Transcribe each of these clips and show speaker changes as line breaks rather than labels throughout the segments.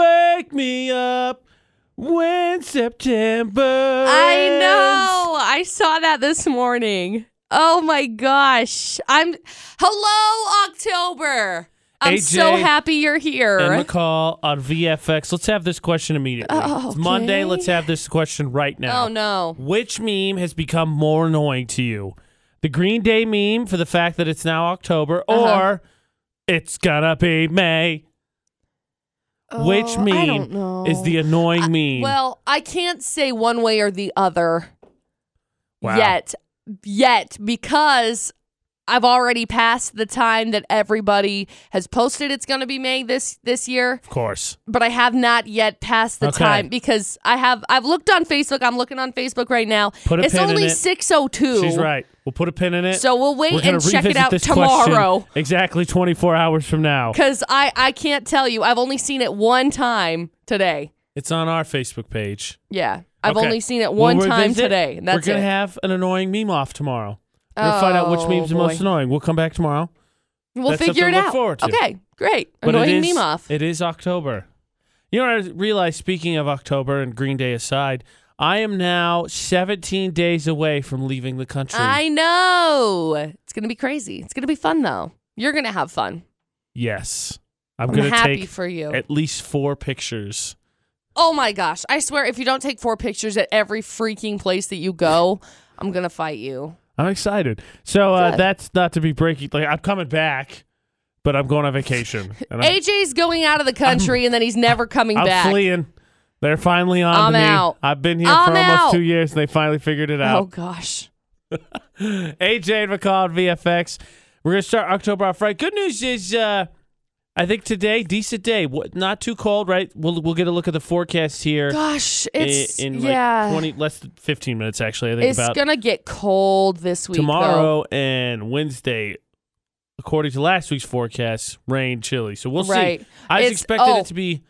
Pick me up when September.
I know. I saw that this morning. Oh my gosh. I'm Hello October. I'm so
AJ
happy you're here.
And McCall on VFX. Let's have this question immediately.
Oh,
It's Monday.
okay.
Let's have this question right now.
oh no.
Which meme has become more annoying to you? The Green Day meme for the fact that it's now October,
Uh-huh.
or it's gonna be May. Which
Oh,
meme
I don't know.
is the annoying meme?
Well, I can't say one way or the other
Wow.
yet. Yet because I've already passed the time that everybody has posted it's going to be May this this year.
of course.
but I have not yet passed the
Okay.
time because I have I've looked on Facebook. I'm looking on Facebook right now.
Put a
it's
pin in
only
it.
six oh two.
She's right. We'll put a pin in it.
So we'll wait
We're gonna
and check it
revisit
out
this
tomorrow.
Question exactly 24 hours from now.
Cause I I can't tell you. I've only seen it one time today.
It's on our Facebook page.
Yeah. I've
Okay.
only seen it
We'll
one time
revisit.
today. And
We're
that's
gonna
it.
have an annoying meme off tomorrow. We're gonna find out which
Oh,
meme's the most
boy.
annoying. We'll come back tomorrow.
we'll
that's
figure
something
it
to look
out.
forward to.
Okay, great.
But it
Annoying
is-
meme off.
It is October. You know, what I realized, speaking of October and Green Day aside, I am now 17 days away from leaving the country.
I know. It's gonna be crazy. It's gonna be fun though. You're gonna have fun.
yes. I'm,
I'm
going to
happy
take
for you.
at least four pictures.
Oh my gosh. I swear, if you don't take four pictures at every freaking place that you go, I'm going to fight you.
I'm excited. So uh,
Good.
that's not to be breaking. Like, I'm coming back, but I'm going on vacation. And I'm,
AJ's going out of the country and then he's never coming
I'm
back.
fleeing. They're finally on
I'm
to me.
out.
I've been here
I'm
for almost
out.
two years, and they finally figured it out.
Oh gosh. Oh.
AJ and McCall on VFX. We're gonna start October off right. Good news is, uh, I think today decent day, What- not too cold, right? We'll we'll get a look at the forecast here
Gosh,
i-
it's
in, like
yeah.
twenty less than fifteen minutes actually. I think
it's
about
going to get cold this week though.
tomorrow and Wednesday. According to last week's forecast, rain, chilly. So we'll
Right.
see. I was
It's-
expecting
oh.
it to be.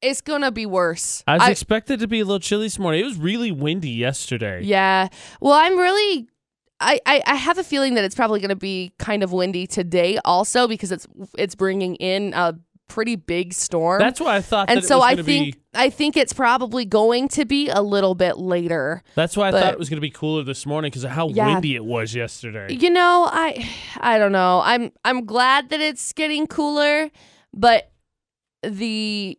It's going to be worse.
I was
I-
expected to be a little chilly this morning. It was really windy yesterday.
yeah. Well, I'm really I, I, I have a feeling that it's probably going to be kind of windy today also because it's it's bringing in a pretty big storm.
That's why I thought. that
and
it
so
was
I
gonna
think
Be,
I think it's probably going to be a little bit later.
that's why I
but-
thought it was going to be cooler this morning because of how
Yeah.
windy it was yesterday.
You know, I I don't know. I'm I'm glad that it's getting cooler, but the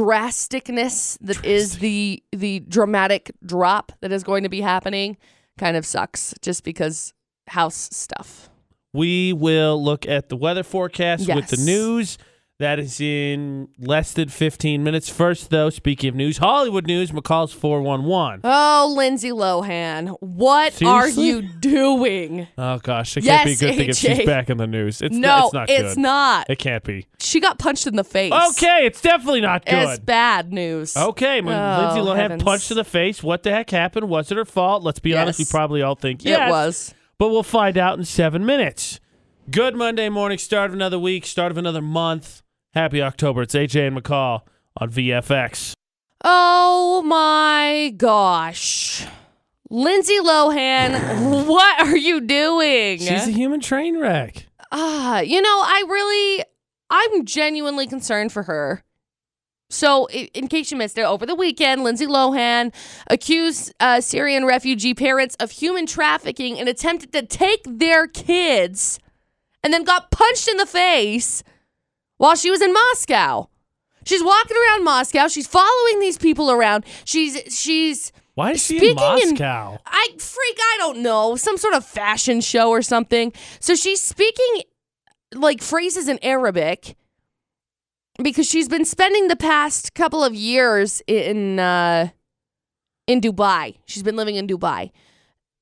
drasticness that is the the dramatic drop that is going to be happening kind of sucks just because house stuff.
We will look at the weather forecast with the
Yes.
news. That is in less than 15 minutes. First, though, speaking of news, Hollywood news, McCall's 411.
Oh, Lindsay Lohan, what
Seriously?
are you doing?
Oh, gosh. It can't
Yes,
be a good thing if she's
AJ.
back in the news. It's,
no,
it's not good.
it's not.
It can't be.
She got punched in the face.
Okay, it's definitely not
It's
good.
bad news.
Okay, when Lindsay
Oh,
Lohan
heavens.
punched in the face, what the heck happened? Was it her fault? Let's be honest, we
Yes.
probably all think yes.
It was.
but we'll find out in seven minutes. Good Monday morning, start of another week, start of another month. Happy October. It's AJ and McCall on VFX.
Oh my gosh. Lindsay Lohan, what are you doing?
She's a human train wreck.
Ah, you know, I really, I'm genuinely concerned for her. So, i- in case you missed it, over the weekend, Lindsay Lohan accused uh, Syrian refugee parents of human trafficking and attempted to take their kids and then got punched in the face while she was in Moscow. She's walking around Moscow. She's following these people around. She's, she's,
Why is she in
Speaking in-
Moscow?
I freak, I don't know, some sort of fashion show or something. So she's speaking like phrases in Arabic because she's been spending the past couple of years in uh in Dubai. She's been living in Dubai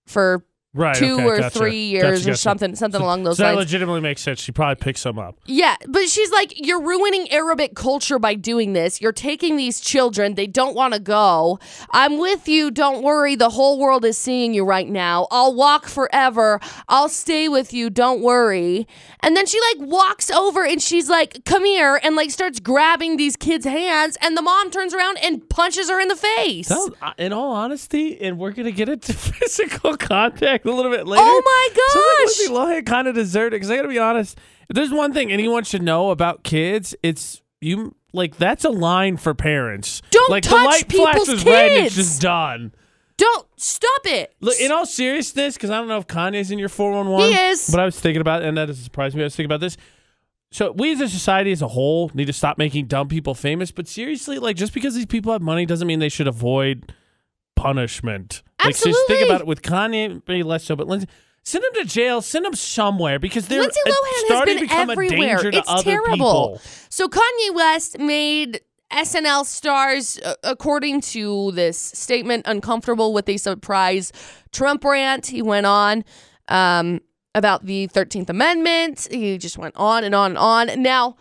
for
right.
2
okay,
or
gotcha.
3 years
Gotcha,
or
gotcha.
something something along those
so that
lines.
legitimately makes sense. She probably picked some up.
Yeah, but she's like, you're ruining Arabic culture by doing this. You're taking these children. They don't want to go. I'm with you. Don't worry. The whole world is seeing you right now. I'll walk forever. I'll stay with you. Don't worry. And then she like walks over and she's like, come here, and like starts grabbing these kids' hands. And the mom turns around and punches her in the face.
That was- I- in all honesty, and we're gonna get into physical contact a little bit later.
Oh my
Something Lindsay Lohan kind of deserted. Because I gotta be honest, if there's one thing anyone should know about kids, it's you like that's a line for parents.
Don't
like the
touch
light
people's
flashes red and it's
kids.
just done.
Don't stop it.
Look, in all seriousness, because I don't know if Kanye's in your 411.
He is.
But I was thinking about, and that doesn't surprise me. I was thinking about this. So we as a society as a whole need to stop making dumb people famous. But seriously, like just because these people have money doesn't mean they should avoid punishment. Like just think
Absolutely.
about it with Kanye, maybe less so, but Lindsay. Send them to jail. Send them somewhere because they're
Lindsay
uh,
Lohan has
starting
been
to become a
everywhere.
danger to
It's
other
terrible.
people.
So Kanye West made SNL stars, uh, according to this statement, uncomfortable with a surprise Trump rant. He went on um, about the 13th Amendment. He just went on and on and on. Now,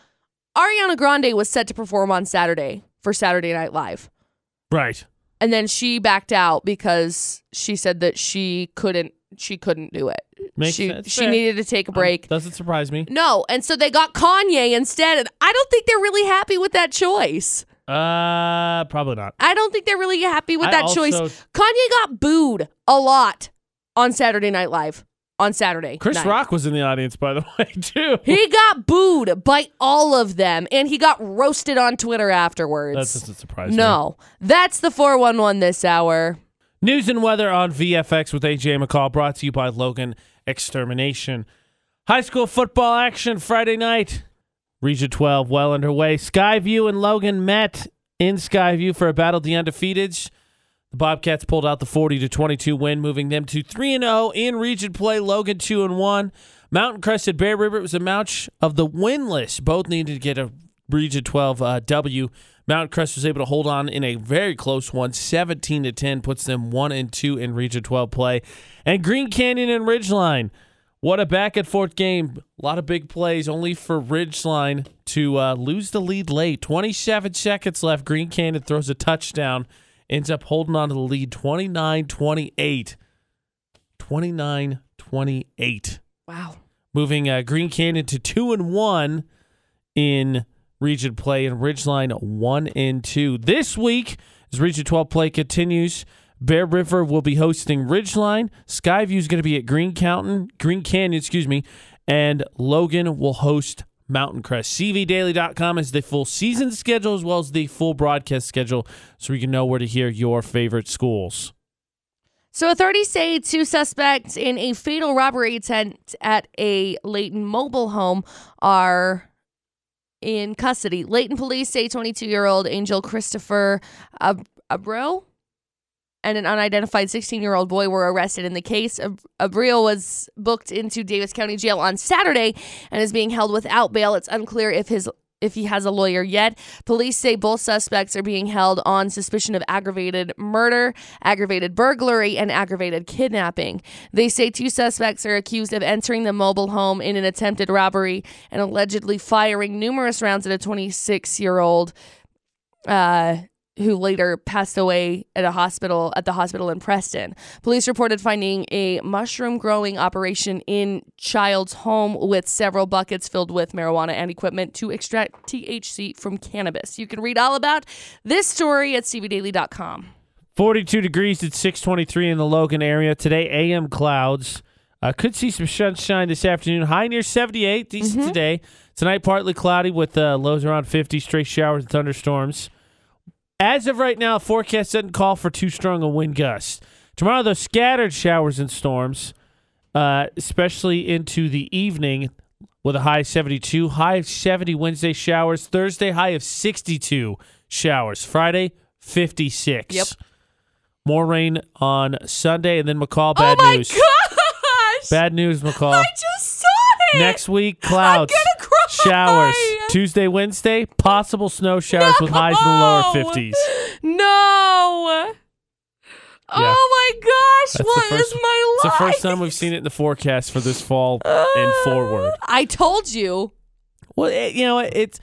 Ariana Grande was set to perform on Saturday for Saturday Night Live.
Right.
And then she backed out because she said that she couldn't she couldn't do it.
Makes
she
sense.
she
Fair.
needed to take a break.
Doesn't surprise me.
No, and so they got Kanye instead, and I don't think they're really happy with that choice.
Uh, probably not.
I don't think they're really happy with
I
that choice.
also-
Kanye got booed a lot on Saturday Night Live on Saturday.
Chris
night.
Rock was in the audience, by the way, too.
He got booed by all of them, and he got roasted on Twitter afterwards.
That doesn't surprise me.
no, that's the four one one this hour.
News and weather on VFX with AJ McCall, brought to you by Logan Extermination. High school football action Friday night. Region 12 well underway. Skyview and Logan met in Skyview for a battle of the undefeateds. The Bobcats pulled out the 40 to 22 win, moving them to 3 and 0 in region play. Logan 2 and 1. Mountain Crest at Bear River it was a match of the winless. Both needed to get a region 12 uh, W. Mountain Crest was able to hold on in a very close one, 17 to 10, puts them 1 and 2 in region 12 play. And Green Canyon and Ridgeline. What a back and forth game. A lot of big plays, only for Ridgeline to uh, lose the lead late. 27 seconds left. Green Canyon throws a touchdown, ends up holding on to the lead 29 28. 29 28.
Wow.
Moving uh, Green Canyon to 2 and 1 in region play and Ridgeline 1 and 2. This week, as region 12 play continues, Bear River will be hosting Ridgeline. Skyview is going to be at Green Canyon, Green Canyon, excuse me, and Logan will host Mountain Crest. CVDaily.com is the full season schedule as well as the full broadcast schedule so you can know where to hear your favorite schools.
So authorities say two suspects in a fatal robbery attempt at a Layton mobile home are in custody. Layton police say 22-year-old Angel Christopher Ab- Abro and an unidentified 16-year-old boy were arrested in the case. Ab- Abrio was booked into Davis County Jail on Saturday and is being held without bail. It's unclear if his if he has a lawyer yet. Police say both suspects are being held on suspicion of aggravated murder, aggravated burglary, and aggravated kidnapping. They say two suspects are accused of entering the mobile home in an attempted robbery and allegedly firing numerous rounds at a 26 year old. Uh, who later passed away at a hospital at the hospital in Preston. Police reported finding a mushroom growing operation in child's home with several buckets filled with marijuana and equipment to extract THC from cannabis. You can read all about this story at cbdaily.com.
42 degrees at 623 in the Logan area. Today, AM clouds. Uh, could see some sunshine this afternoon. High near 78, decent today. Tonight, partly cloudy with uh, lows around 50, straight showers and thunderstorms. As of right now, forecast doesn't call for too strong a wind gust. Tomorrow, though, scattered showers and storms, uh, especially into the evening with a high of 72. High of 70 Wednesday showers. Thursday, high of 62 showers. Friday, 56.
Yep.
More rain on Sunday, and then McCall, bad
oh my
news.
gosh!
Bad news, McCall.
I just saw it.
Next week, clouds,
I'm gonna cry.
showers. Tuesday, Wedday, possible snow showers with highs in the lower
No.
50s.
No. Oh my gosh!
That's the
What is
first-
my
It's the
life?
first time we've seen it in the forecast for this fall
Uh.
and forward.
I told you.
Well, it, you know, it's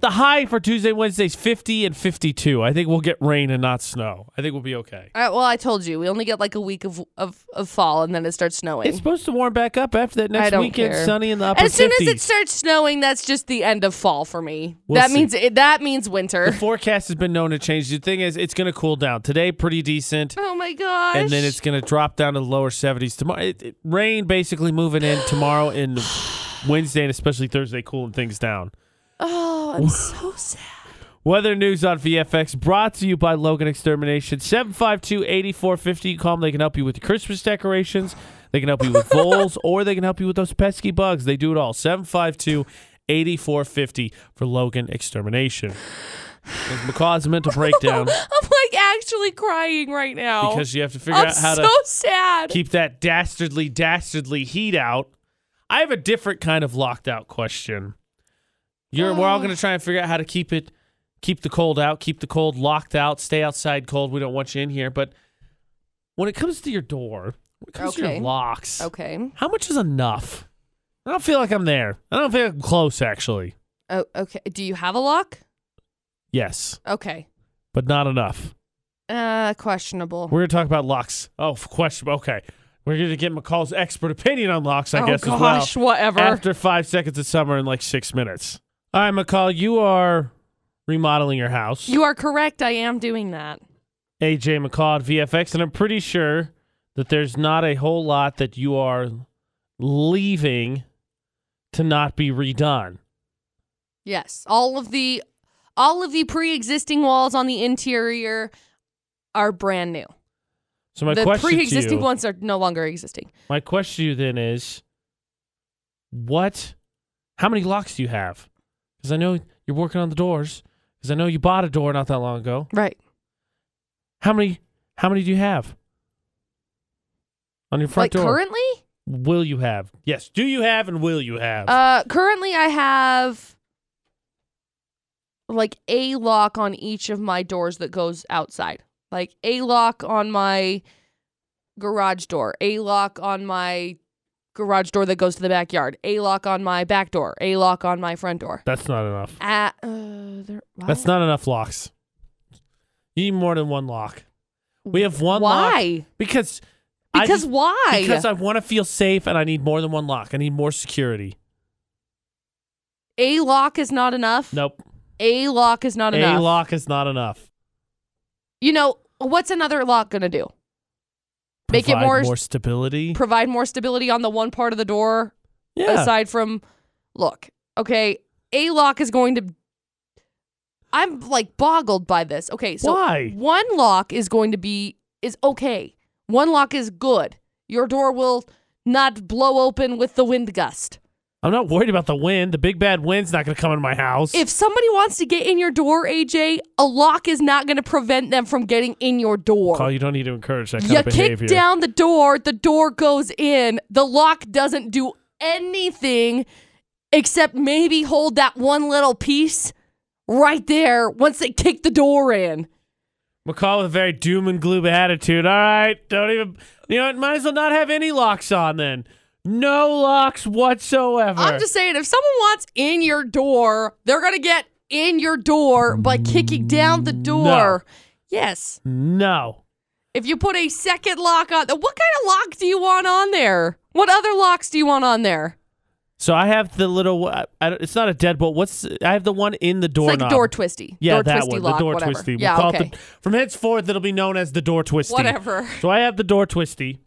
the high for Tuesday, Wednesday's 50 and 52. I think we'll get rain and not snow. I think we'll be okay.
All right, well, I told you we only get like a week of of, of fall, and then it starts snowing.
It's supposed to warm back up after that next
don't
weekend,
care.
sunny in the upper
as soon
50s.
as it starts snowing, that's just the end of fall for me.
We'll
that
see.
means it, that means
the
winter.
forecast has been known to change. The thing is, it's going to cool down. Today, pretty decent.
Oh my gosh!
and then it's going to drop down to the lower 70s tomorrow. It, it- rain basically moving in tomorrow and Wednesday and especially Thursday, cooling things down.
Oh, I'm so sad.
Weather news on VFX brought to you by Logan Extermination. 752 8450. Call them. They can help you with your Christmas decorations, they can help you with voles, or they can help you with those pesky bugs. They do it all. 752 8450 for Logan Extermination. Because McCaw's mental breakdown
I'm like actually crying right now.
because you have to figure
I'm
out how
so
to
sad.
keep that dastardly, dastardly heat out. I have a different kind of locked out question. You're, We're all
Oh.
going to try and figure out how to keep it, keep the cold out, keep the cold locked out, stay outside cold. We don't want you in here. But when it comes to your door, when it comes to
Okay.
your locks,
okay.
how much is enough? I don't feel like I'm there. I don't feel like I'm close, actually.
Oh, okay. Do you have a lock?
Yes,
Okay.
but not enough.
Uh, questionable.
We're going to talk about locks. Oh, question. Okay. We're going to get McCall's expert opinion on locks, I
oh
guess, as well.
gosh, whatever.
After five seconds of summer in like six minutes. All right, McCall, you are remodeling your house.
you are correct. I am doing that.
AJ McCall at VFX, and I'm pretty sure that there's not a whole lot that you are leaving to not be redone.
Yes. All of the all of the pre-existing walls on the interior are brand new.
So my
the
question to
pre-existing
you,
ones are no longer existing.
my question to you then is, what? How many locks do you have? Because I know you're working on the doors. Because I know you bought a door not that long ago.
Right.
How many? How many do you have on your front
like
door?
currently?
Will you have? Yes. Do you have and will you have?
Uh currently I have like a lock on each of my doors that goes outside. Like a lock on my garage door, a lock on my garage door that goes to the backyard, a lock on my back door, a lock on my front door.
That's not enough.
At, uh, there, wow.
That's not enough locks. You need more than one lock. We have one lock
why?
because I
Because
just-
why?
because I want to feel safe and I need more than one lock. I need more security.
a lock is not enough.
Nope.
A lock is not
a
enough.
lock is not enough.
You know what's another lock gonna do? Make it
Provide
more-
more stability.
Provide more stability on the one part of the door
yeah.
aside from look okay a lock is going to i'm like boggled by this okay so
Why?
one lock is going to be is okay one lock is good your door will not blow open with the wind gust
I'm not worried about the wind. The big bad wind's not going to come in my house.
if somebody wants to get in your door aj a lock is not going to prevent them from getting in your door
Call, you don't need to encourage that kind
you
of behavior.
kick down the door, the door goes in. The lock doesn't do anything except maybe hold that one little piece right there once they kick the door in.
McCall with a very doom and gloom attitude. All right, don't even. You know, what, might as well not have any locks on then. No locks whatsoever.
I'm just saying, if someone wants in your door, they're going to get in your door by kicking down
Mm,
the door. Yes.
no.
If you put a second lock on, what kind of lock do you want on there? What other locks do you want on there?
So I have the little. I, I, don't- it's not a deadbolt. What's I have the one in the door.
It's like door twisty.
yeah,
door
that
twisty
one.
lock,
the door
whatever.
twisty. We'll
Yeah,
call it
okay.
the- from henceforth, it'll be known as the door twisty.
Whatever.
So I have the door twisty.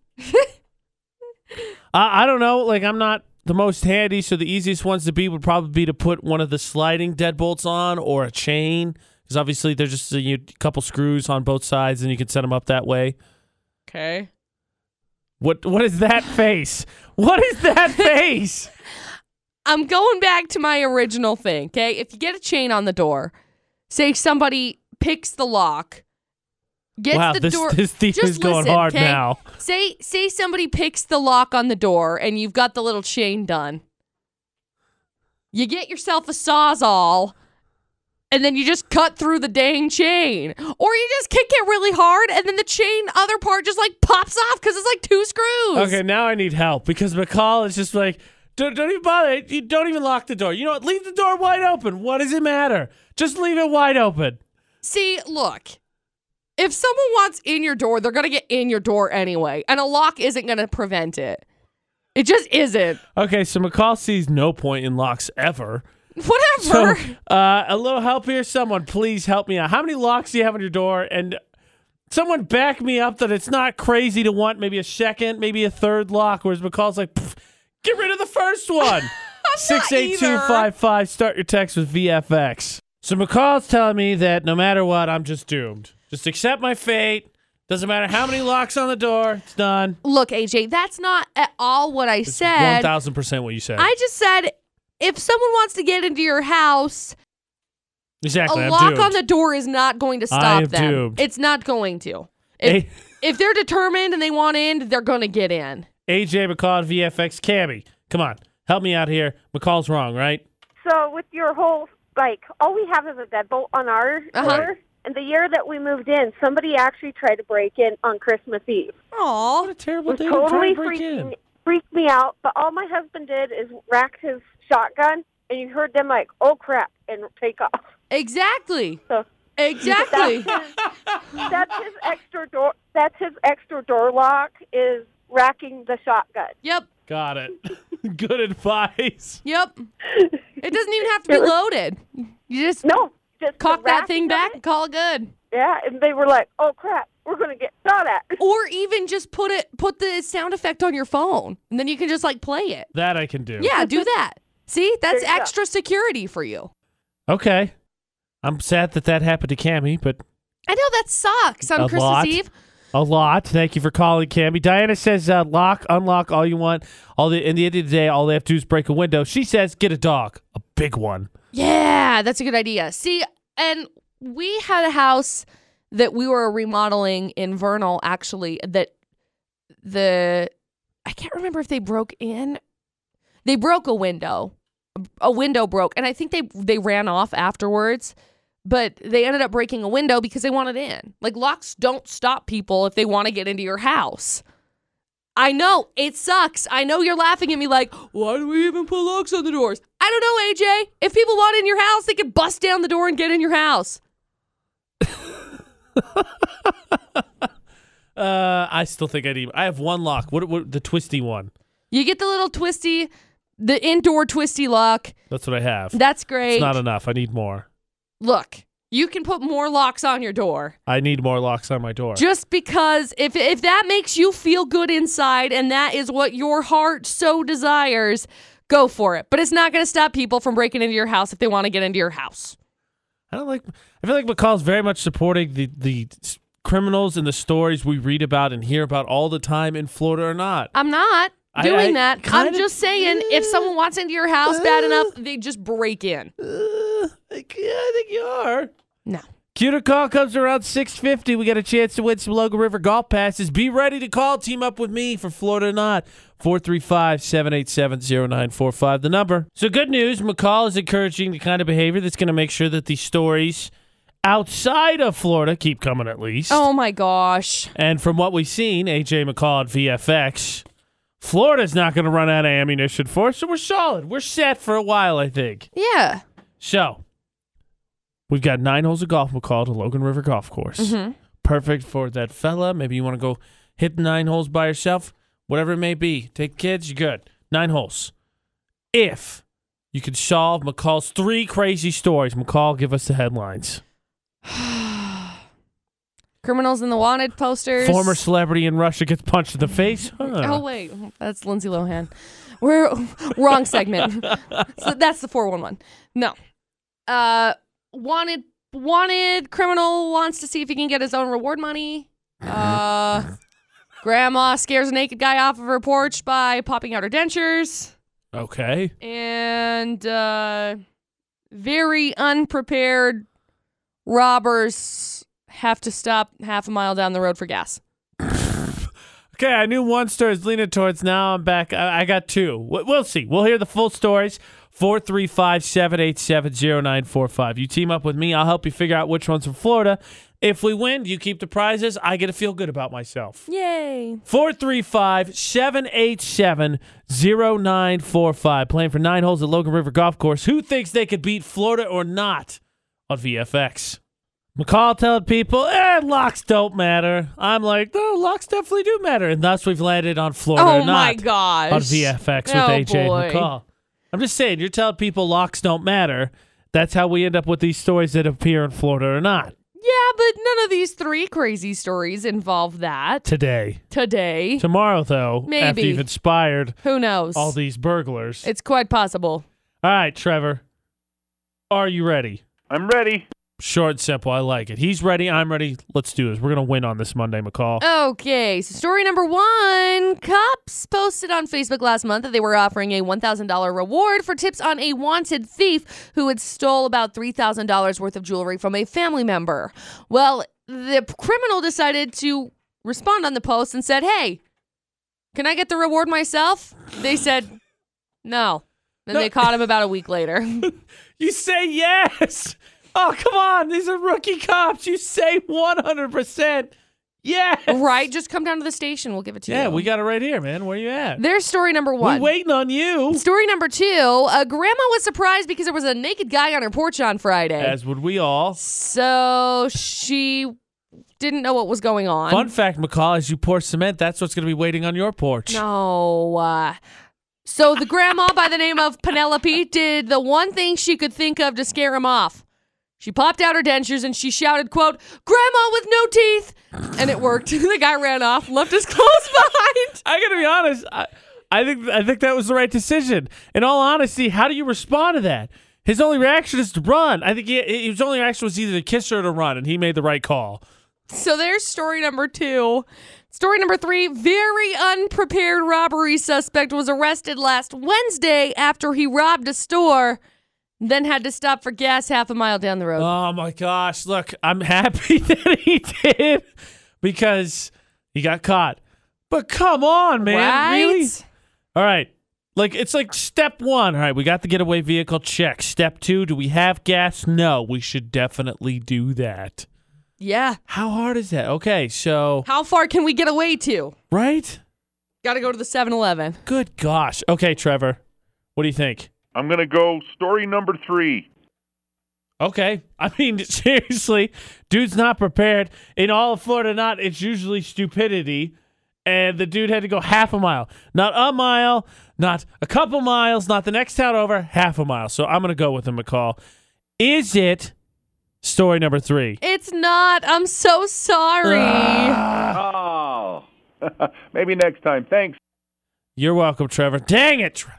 I I don't know. Like I'm not the most handy, so the easiest ones to be would probably be to put one of the sliding deadbolts on or a chain, because obviously there's just a you- couple screws on both sides, and you can set them up that way.
Okay.
What What is that face? What is that face?
I'm going back to my original thing, okay? If you get a chain on the door, say somebody picks the lock, gets
wow,
the
this
door.
this thief
Just
is going
listen,
hard
okay?
now.
Say say somebody picks the lock on the door and you've got the little chain done. You get yourself a sawzall and then you just cut through the dang chain. Or you just kick it really hard and then the chain other part just like pops off cuz it's like two screws.
Okay, now I need help because McCall is just like, don't, don't even bother. You don't even lock the door. You know what? Leave the door wide open. What does it matter? Just leave it wide open.
See, look. If someone wants in your door, they're going to get in your door anyway, and a lock isn't going to prevent it. It just isn't.
Okay, so McCall sees no point in locks ever. So,
Whatever.
uh, a little help here, someone. Please help me out. How many locks do you have on your door? And someone back me up that it's not crazy to want maybe a second, maybe a third lock. Whereas McCall's like, "Pff, get rid of the first one.
not either.
68255. Start your text with VFX. So McCall's telling me that no matter what, I'm just doomed. Just accept my fate. Doesn't matter how many locks on the door. It's done.
Look, AJ, that's not at all what I
It's
said.
1000% what you said.
I just said if someone wants to get into your house,
exactly.
a
I'm
lock
doomed.
on the door is not going to stop
I am
them.
doomed.
It's not going to. If,
A-
if they're determined and they want in, they're going to get in.
AJ McCall at VFX. Cammy, come on. Help me out here. McCall's wrong, right?
So with your whole like, all we have is a deadbolt on our
Uh-huh.
door. And the year that we moved in, somebody actually tried to break in on Christmas Eve.
What
Aw.
a terrible
It was
day to try
totally
and break
freaking-
in.
freaked me out. But all my husband did is racked his shotgun, and you heard them like, "Oh crap!" and take off.
Exactly.
So
Exactly.
that's his extra door. That's his extra door lock is racking the shotgun.
yep.
Got it. Good advice.
Yep. It doesn't even have to be loaded. You just
No, just the
cock that
racking
thing
of
back
it.
and call it good.
Yeah, and they were like, "Oh crap, we're gonna get shot at."
Or even just put it put the sound effect on your phone and then you can just like play it.
That I can do.
Yeah, do that. See, that's
There you go.
extra security for you.
Okay. I'm sad that that happened to Cammy, but
I know that sucks on
A
Christmas
lot.
Eve.
A lot. Thank you for calling, Cammy. Diana says, uh, "Lock, unlock all you want. All the in the end of the day, all they have to do is break a window." She says, "Get a dog, a big one."
Yeah, that's a good idea. See, and we had a house that we were remodeling in Vernal actually that the I can't remember if they broke in. They broke a window. A window broke and I think they they ran off afterwards, but they ended up breaking a window because they wanted in. Like locks don't stop people if they want to get into your house. I know it sucks. I know you're laughing at me like, why do we even put locks on the doors? I don't know, AJ. If people want in your house, they can bust down the door and get in your house.
Uh, I still think I need. I have one lock. What? What? The twisty one.
You get the little twisty, the indoor twisty lock.
That's what I have.
That's great.
It's not enough. I need more.
Look, you can put more locks on your door.
I need more locks on my door.
Just because if if that makes you feel good inside and that is what your heart so desires, go for it. But it's not going to stop people from breaking into your house if they want to get into your house.
I don't like. I feel like McCall's very much supporting the the s- criminals and the stories we read about and hear about all the time in Florida or not.
I'm not
I-
doing
I
that. I'm
kinda-
just saying if someone walks into your house bad enough, they just break in.
Uh, I, I think you are.
No.
Cue to call comes around 650. We got a chance to win some Logan River golf passes. Be ready to call. Team up with me for Florida or not. 435-787-0945, the number. So good news. McCall is encouraging the kind of behavior that's going to make sure that these stories outside of Florida keep coming at least.
Oh my gosh.
And from what we've seen, AJ McCall at VFX, Florida's not going to run out of ammunition for us, so we're solid. We're set for a while, I think.
Yeah.
So we've got nine holes of golf McCall to Logan River Golf Course. Perfect for that fella. Maybe you want to go hit the nine holes by yourself, whatever it may be. Take kids, you're good. Nine holes. If you could solve McCall's three crazy stories, McCall, give us the headlines.
Criminals in the wanted posters.
Former celebrity in Russia gets punched in the face. Huh.
Oh wait, that's Lindsay Lohan. We're wrong segment. so that's the 411. No. Uh wanted wanted criminal wants to see if he can get his own reward money.
Mm-hmm.
Uh grandma scares a naked guy off of her porch by popping out her dentures.
Okay.
and uh, very unprepared robbers have to stop half a mile down the road for gas.
Okay, I knew one story was leaning towards. Now I'm back. I, I got two. We- We'll see. We'll hear the full stories. 435 787 0945. You team up with me. I'll help you figure out which one's from Florida. If we win, you keep the prizes. I get to feel good about myself.
Yay!
435 787 0945. Playing for nine holes at Logan River Golf Course. Who thinks they could beat Florida or not on VFX? McCall telling people, eh, locks don't matter. I'm like, no, locks definitely do matter. And thus we've landed on Florida or
oh
not
my gosh!
on VFX with
Oh,
AJ
boy.
and McCall. I'm just saying, you're telling people locks don't matter. That's how we end up with these stories that appear in Florida or not.
Yeah, but none of these three crazy stories involve that
today.
today.
Tomorrow, though, after
Maybe.
you've inspired
Who knows?
all these burglars.
it's quite possible.
All right, Trevor, are you ready?
I'm ready.
Short, simple. I like it. He's ready. I'm ready. Let's do this. We're gonna win on this Monday,
Uh,
McCall.
Okay, so story number one Cops posted on Facebook last month that they were offering a $1,000 reward for tips on a wanted thief who had stole about $3,000 worth of jewelry from a family member. Well, the p- criminal decided to respond on the post and said, Hey, can I get the reward myself? They said, No. Then
No.
they caught him about a week later.
You say yes. Oh, come on. These are rookie cops. You say 100%. Yes.
right? Just come down to the station. We'll give it to you.
Yeah, we got it right here, man. Where you at?
There's story number one.
We waiting on you.
Story number two uh, Grandma was surprised because there was a naked guy on her porch on Friday.
As would we all.
so she didn't know what was going on.
Fun fact, McCall, as you pour cement, that's what's going to be waiting on your porch.
No. uh, so the grandma by the name of Penelope did the one thing she could think of to scare him off. She popped out her dentures and she shouted, quote, Grandma with no teeth. And it worked. the guy ran off, left his clothes behind.
I got to be honest. I, I think I think that was the right decision. In all honesty, how do you respond to that? His only reaction is to run. I think he, his only reaction was either to kiss her or to run, and he made the right call.
So there's story number two. Story number three very unprepared robbery suspect was arrested last Wednesday after he robbed a store, then had to stop for gas half a mile down the road.
Oh my gosh! Look, I'm happy that he did because he got caught. But come on, man!
right?
Really? All right. Like it's like step one. All right, we got the getaway vehicle check. Step two, do we have gas? No, we should definitely do that.
Yeah.
How hard is that? Okay, so
How far can we get away to?
right?
Got to go to the 7 Eleven.
Good gosh. Okay, Trevor. What do you think?
I'm going to go story number three.
Okay. I mean, seriously, dude's not prepared. In all of Florida, not it's usually stupidity. And the dude had to go half a mile, not a mile, not a couple miles, not the next town over, half a mile. So I'm gonna go with him, McCall. Is it story number three?
It's not. I'm so sorry.
Ah.
Oh. Maybe next time. Thanks.
You're welcome, Trevor. Dang it. Tre-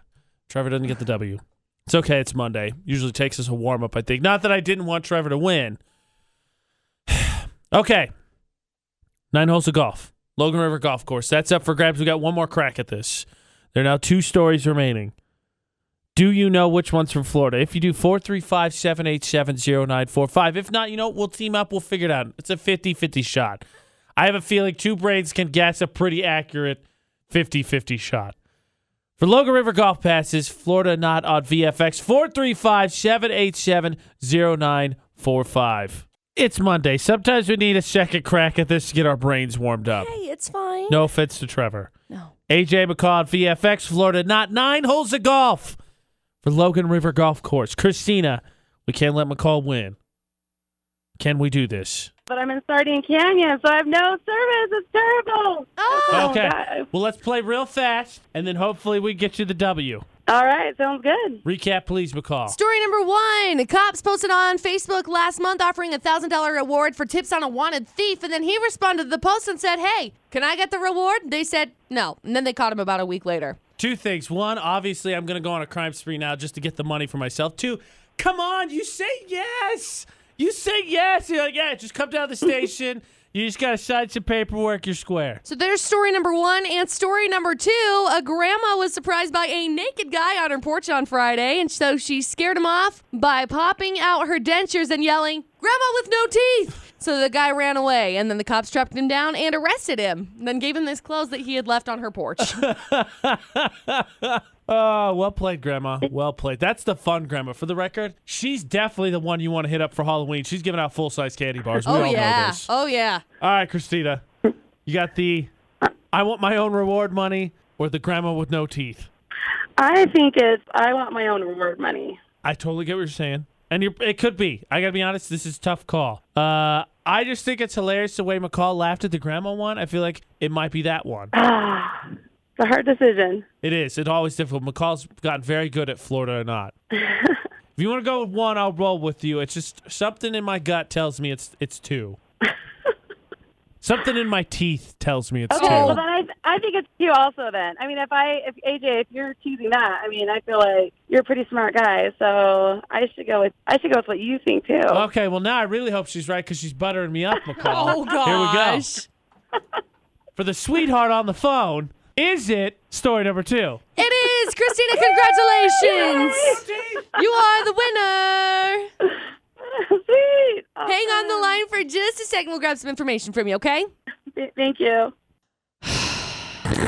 Trevor doesn't get the W. It's okay. It's Monday. Usually takes us a warm up, I think. Not that I didn't want Trevor to win. okay. Nine holes of golf. Logan River Golf Course. That's up for grabs. We got one more crack at this. There are now two stories remaining. Do you know which one's from Florida? If you do, 435 787 0945. If not, you know, what? we'll team up. We'll figure it out. It's a 50 50 shot. I have a feeling two brains can guess a pretty accurate 50 50 shot. For Logan River Golf Passes, Florida not on VFX, 435 787 0945. It's Monday. Sometimes we need a second crack at this to get our brains warmed up.
Hey, it's fine.
No offense to Trevor.
No.
AJ McCall, VFX, Florida, not nine holes of golf for Logan River Golf Course. Christina, we can't let McCall win. Can we do this?
But I'm in Sardine Canyon, so I have no service. It's terrible.
Oh.
okay.
God.
Well, let's play real fast, and then hopefully we get you the W.
All right, sounds good.
Recap, please, McCall.
Story number one Cops posted on Facebook last month offering a $1,000 reward for tips on a wanted thief. And then he responded to the post and said, Hey, can I get the reward? They said no. And then they caught him about a week later.
Two things. One, obviously, I'm going to go on a crime spree now just to get the money for myself. Two, come on, you say yes. You say yes. You're like, yeah, just come down to the station. You just got to sign some paperwork. You're square.
So there's story number one. And story number two a grandma was surprised by a naked guy on her porch on Friday. And so she scared him off by popping out her dentures and yelling, Grandma with no teeth. So the guy ran away. And then the cops tracked him down and arrested him. Then gave him this clothes that he had left on her porch.
Oh, well played, Grandma. Well played. That's the fun, Grandma. For the record, she's definitely the one you want to hit up for Halloween. She's giving out full size candy bars. We
oh,
all know
yeah.
this.
Oh, yeah.
All right, Christina. You got the I want my own reward money or the grandma with no teeth.
I think it's I want my own reward money.
I totally get what you're saying. And you're, it could be. I got to be honest, this is a tough call. Uh, I just think it's hilarious the way McCall laughed at the grandma one. I feel like it might be that one.
Ah, it's a hard decision.
It is. It's always difficult. McCall's gotten very good at Florida or not. if you want to go with one, I'll roll with you. It's just something in my gut tells me it's it's two. Something in my teeth tells me it's
Okay,
two.
well then I I think it's you also then. I mean, if I if AJ if you're choosing that, I mean, I feel like you're a pretty smart guy, so I should go with I should go with what you think too.
Okay, well now I really hope she's right because she's buttering me up, McCall.
Oh gosh.
Here we go. For the sweetheart on the phone, is it story number two?
It is Christina. Congratulations. You are the winner.
Sweet. Uh,
Hang on the line for just a second. We'll grab some information from you, okay?
Th- Thank you.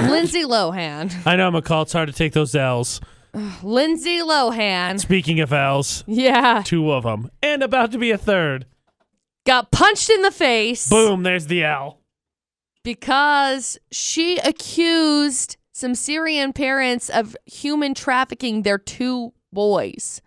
Lindsay Lohan.
I know, McCall. It's hard to take those L's.
Lindsay Lohan.
Speaking of L's,
Yeah.
two of them, and about to be a third.
Got punched in the face.
Boom! There's the L.
because she accused some Syrian parents of human trafficking their two boys.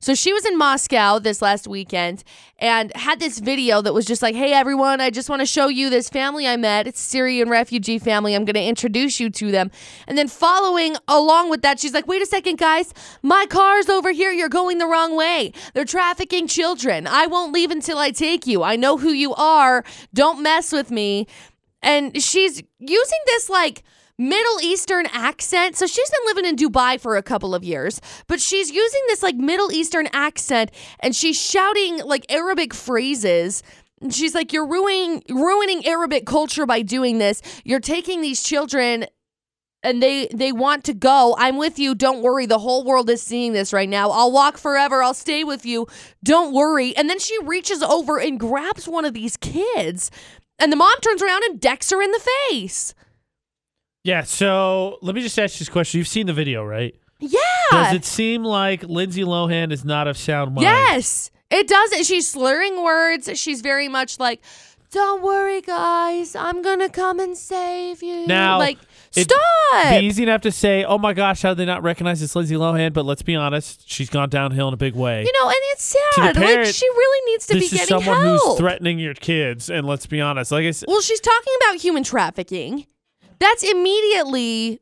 So she was in Moscow this last weekend and had this video that was just like, hey, everyone, I just want to show you this family I met. It's a Syrian refugee family. I'm going to introduce you to them. And then following along with that, she's like, wait a second, guys, my car's over here. You're going the wrong way. They're trafficking children. I won't leave until I take you. I know who you are. Don't mess with me and she's using this like Middle Eastern accent. So she's been living in Dubai for a couple of years, but she's using this like Middle Eastern accent and she's shouting like Arabic phrases. And she's like, You're ruining ruining Arabic culture by doing this. You're taking these children and they they want to go. I'm with you. Don't worry. The whole world is seeing this right now. I'll walk forever. I'll stay with you. Don't worry. And then she reaches over and grabs one of these kids. And the mom turns around and decks her in the face.
Yeah. So let me just ask you this question: You've seen the video, right?
Yeah.
Does it seem like Lindsay Lohan is not of sound mind?
Yes. It does it. She's slurring words. She's very much like, "Don't worry, guys. I'm going to come and save you."
Now,
like,
it'd
stop.
Be easy enough to say, "Oh my gosh, how did they not recognize it's Lindsay Lohan?" But let's be honest, she's gone downhill in a big way.
you know, and it's
To the
sad. like
parent,
she really needs to
this
be
is
getting
someone
help.
who's threatening your kids, and let's be honest, like I said,
Well, she's talking about human trafficking. That's immediately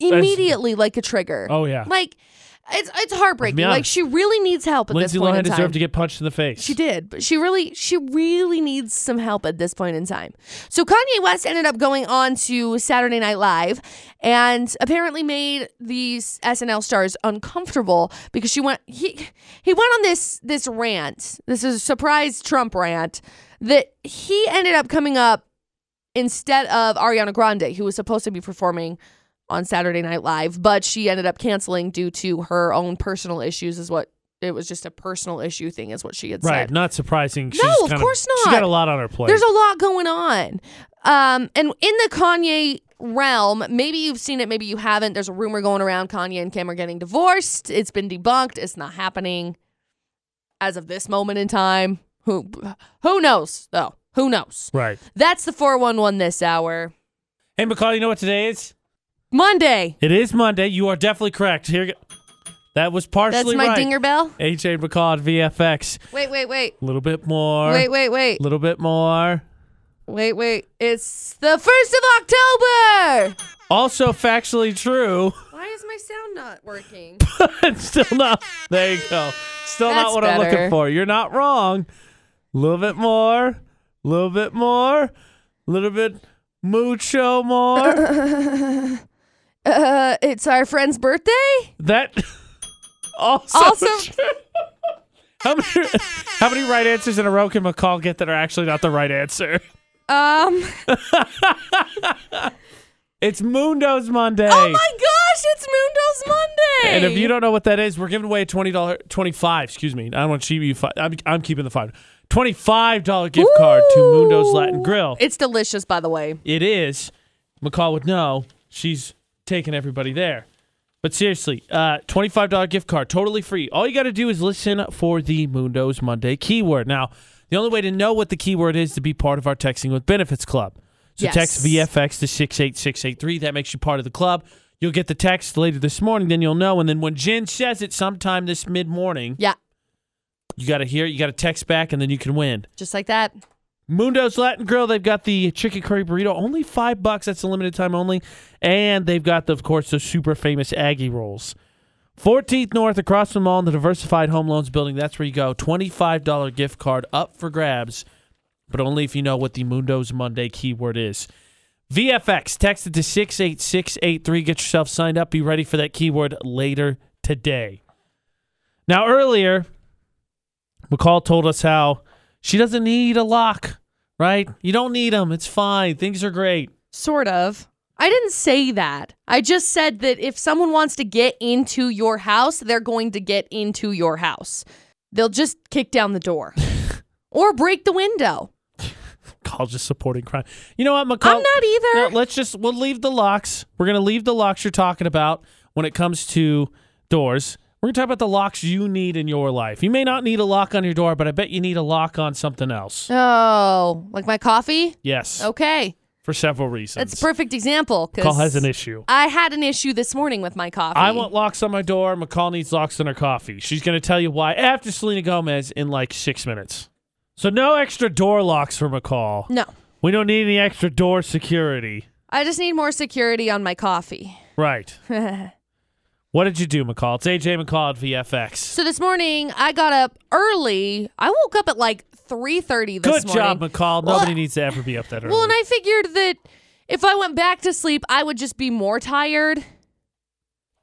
immediately like a trigger.
oh yeah,
Like it's it's heartbreaking. Like
honest.
she really needs help at
Lindsay
this point
Lohan
in time.
deserved to get punched in the face.
She did, but she really, she really needs some help at this point in time. So Kanye West ended up going on to Saturday Night Live, and apparently made these SNL stars uncomfortable because she went he he went on this this rant. This is a surprise Trump rant that he ended up coming up instead of Ariana Grande, who was supposed to be performing on Saturday Night Live, but she ended up canceling due to her own personal issues, is what it was just a personal issue thing, is what she had
Right,
said.
not surprising. She's
No, of
kind
course
She's
not.
got a lot on her plate.
There's a lot going on. Um, and in the Kanye realm, maybe you've seen it, maybe you haven't. There's a rumor going around Kanye and Kim are getting divorced. It's been debunked, it's not happening as of this moment in time. Who who knows though? Who knows?
right.
That's the 411 this hour.
Hey, McCall, you know what today is?
Monday.
It is Monday. You are definitely correct. Here, you go. that was partially
That's my
right.
dinger bell.
AJ McCall at VFX.
Wait, wait, wait.
A little bit more.
Wait, wait, wait.
A little bit more.
Wait, wait. It's the 1st of October.
Also factually true,
Why is my sound not working?
but still not. There you go. Still
That's
not what I'm
better.
looking for. You're not wrong. A little bit more. A little bit more. A little bit mucho more.
Uh, it's our friend's birthday?
that also,
Also-
true. How many, how many right answers in a row can McCall get that are actually not the right answer?
Um.
It's Mundo's Monday.
Oh my gosh! It's Moondo's Monday.
And if you don't know what that is, we're giving away a twenty dollar, twenty five. Excuse me, I don't want to cheat you. Five, I'm, I'm keeping the five. Twenty five dollar gift card to Mundo's Latin Grill.
it's delicious, by the way.
it is. McCall would know. She's taking everybody there. But seriously, uh, twenty five dollar gift card, totally free. All you got to do is listen for the Mundo's Monday keyword. Now, the only way to know what the keyword is to be part of our texting with benefits club. So
Yes.
text VFX to six eight six eight three. That makes you part of the club. You'll get the text later this morning. Then you'll know. And then when Jen says it sometime this mid morning,
Yeah,
you got to hear it. You got to text back, and then you can win.
just like that.
Mundo's Latin Grill, they've got the chicken curry burrito, only five bucks. That's a limited time only. And they've got, the, of course, the super famous Aggie rolls. 14th North across the mall in the Diversified Home Loans building. That's where you go. $25 gift card up for grabs but only if you know what the Mundo's Monday keyword is. VFX, text it to 68683. Get yourself signed up. Be ready for that keyword later today. Now, earlier, McCall told us how she doesn't need a lock, right? You don't need them. It's fine. Things are great.
Sort of. I didn't say that. I just said that if someone wants to get into your house, they're going to get into your house. They'll just kick down the door or break the window.
McCall just supporting crime. You know what, McCall?
I'm not either.
No, let's just we'll leave the locks. We're gonna leave the locks you're talking about when it comes to doors. We're gonna talk about the locks you need in your life. You may not need a lock on your door, but I bet you need a lock on something else.
Oh, like my coffee?
Yes,
Okay.
for several reasons.
oh. That's a perfect example. 'cause
McCall has an issue.
I had an issue this morning with my coffee.
I want locks on my door. McCall needs locks on her coffee. She's gonna tell you why after Selena Gomez in like six minutes. So no extra door locks for McCall.
No.
We don't need any extra door security.
I just need more security on my coffee.
Right. what did you do, McCall? It's AJ McCall at VFX.
So this morning I got up early. I woke up at like 3:30 this
Good
morning.
job, McCall.
Well,
Nobody needs to ever be up that early.
Well, and I figured that if I went back to sleep, I would just be more tired.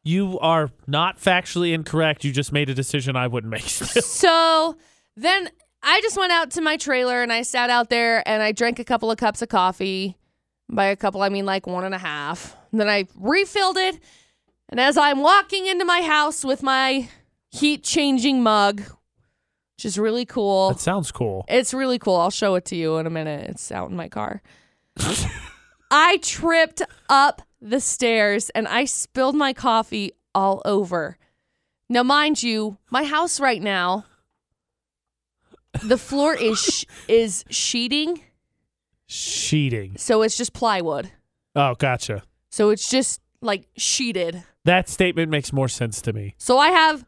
you are not factually incorrect. You just made a decision I wouldn't make.
so then I just went out to my trailer and I sat out there and I drank a couple of cups of coffee. By a couple, I mean like one and a half. And then I refilled it. And as I'm walking into my house with my heat changing mug, which is really cool.
that sounds cool.
It's really cool. I'll show it to you in a minute. It's out in my car. I tripped up the stairs and I spilled my coffee all over. Now, mind you, my house right now, the floor is sh- is sheeting,
Sheeting.
so it's just plywood.
Oh, gotcha.
So it's just like sheeted.
That statement makes more sense to me.
So I have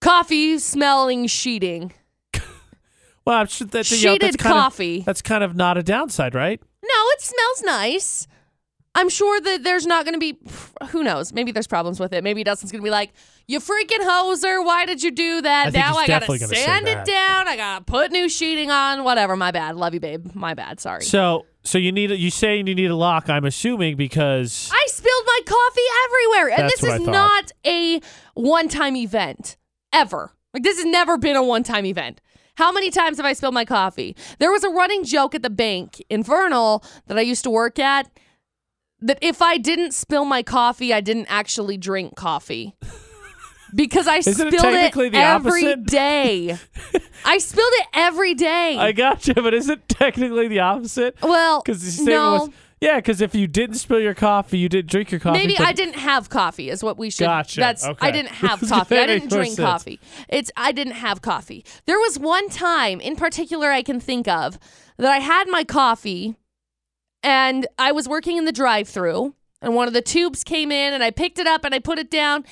coffee smelling sheeting,
Well, I'm sure that you know, that's
sheeted
kind of-
coffee.
that's kind of not a downside, right?
No, it smells nice. I'm sure that there's not going to be, who knows? Maybe there's problems with it. Maybe Dustin's going to be like, you freaking hoser. Why did you do that?
I think
now
he's
I got
definitely
to
gonna say
sand it
that.
down. I got to put new sheeting on. Whatever. My bad. Love you, babe. My bad. Sorry.
So, so you need a, you saying you need a lock? I'm assuming because
I spilled my coffee everywhere. And
That's
this
what
is
I thought.
not a one time event, ever. Like, this has never been a one time event. How many times have I spilled my coffee? There was a running joke at the bank in Vernal that I used to work at that if I didn't spill my coffee, I didn't actually drink coffee. Because I
Isn't it
spilled it,
technically the
every
opposite?
day. I spilled it every day.
I got you, but is it technically the opposite?
well,
Because the statement
no,
was yeah. Because if you didn't spill your coffee, you didn't drink your coffee.
Maybe
but-
I didn't have coffee is what we should.
Gotcha.
That's
Okay.
I didn't have
That
coffee. I didn't
makes more
drink
sense.
coffee. It's I didn't have coffee. There was one time in particular I can think of that I had my coffee and I was working in the drive-through and one of the tubes came in and I picked it up and I put it down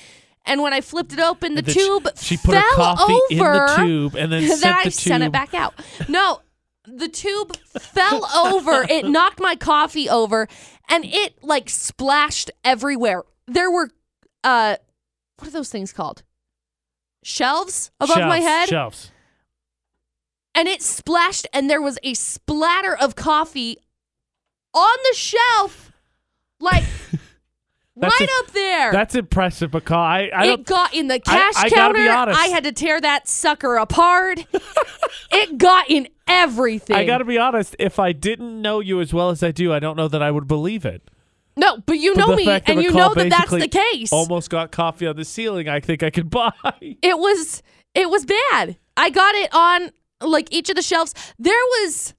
and when I flipped it open the
that
tube
she, she put
fell
her coffee
over
in the tube and then
then
sent
I
the tube
sent it back out. No, the tube fell over. It knocked my coffee over, and it like splashed everywhere. There were, uh, what are those things called? Shelves above my
Shelves,
head,
Shelves.
and it splashed, and there was a splatter of coffee on the shelf, like
That's
right
a-
up there.
That's impressive, McCall. I, I
it
don't.
got in the cash
I gotta
counter.
be honest.
I had to tear that sucker apart. it got in everything.
I gotta be honest. If I didn't know you as well as I do, I don't know that I would believe it.
no, but you
But
know
the
me,
fact that
and you
McCall
know that that's the
basically
case.
Almost got coffee on the ceiling. I think I could buy.
it was it was bad. I got it on like each of the shelves. There was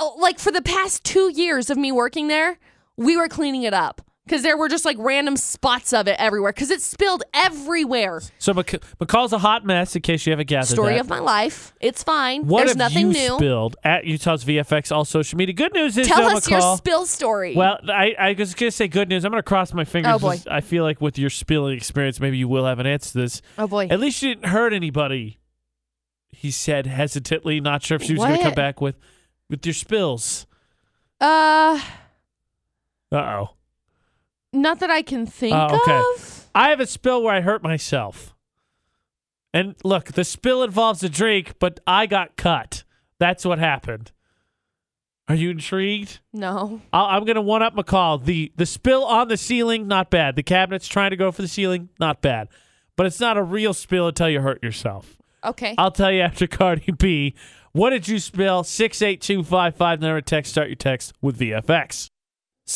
oh, like for the past two years of me working there, we were cleaning it up because there were just like random spots of it everywhere because it spilled everywhere.
So McC- McCall's a hot mess. In case you haven't gathered
Story
that.
of my life. It's fine.
what
There's
have
nothing
you
new.
spilled at Utah's VFX all social media? Good news is
Tell
though,
us your
McCall-
spill story.
Well, I, I was gonna say good news. I'm gonna cross my fingers.
Oh, boy.
'cause I feel like with your spilling experience, maybe you will have an answer to this.
oh boy.
At least she didn't hurt anybody. He said hesitantly, not sure if she was going to come
What?
back with with your spills.
Uh,
Uh oh.
not that I can think
Oh, okay.
of.
I have a spill where I hurt myself. And look, the spill involves a drink, but I got cut. That's what happened. Are you intrigued?
No.
I'll, I'm gonna one up McCall. The the spill on the ceiling, not bad. The cabinet's trying to go for the ceiling, not bad. But it's not a real spill until you hurt yourself.
Okay.
I'll tell you after Cardi B. What did you spill? Six eight two five five. Number text. Start your text with VFX.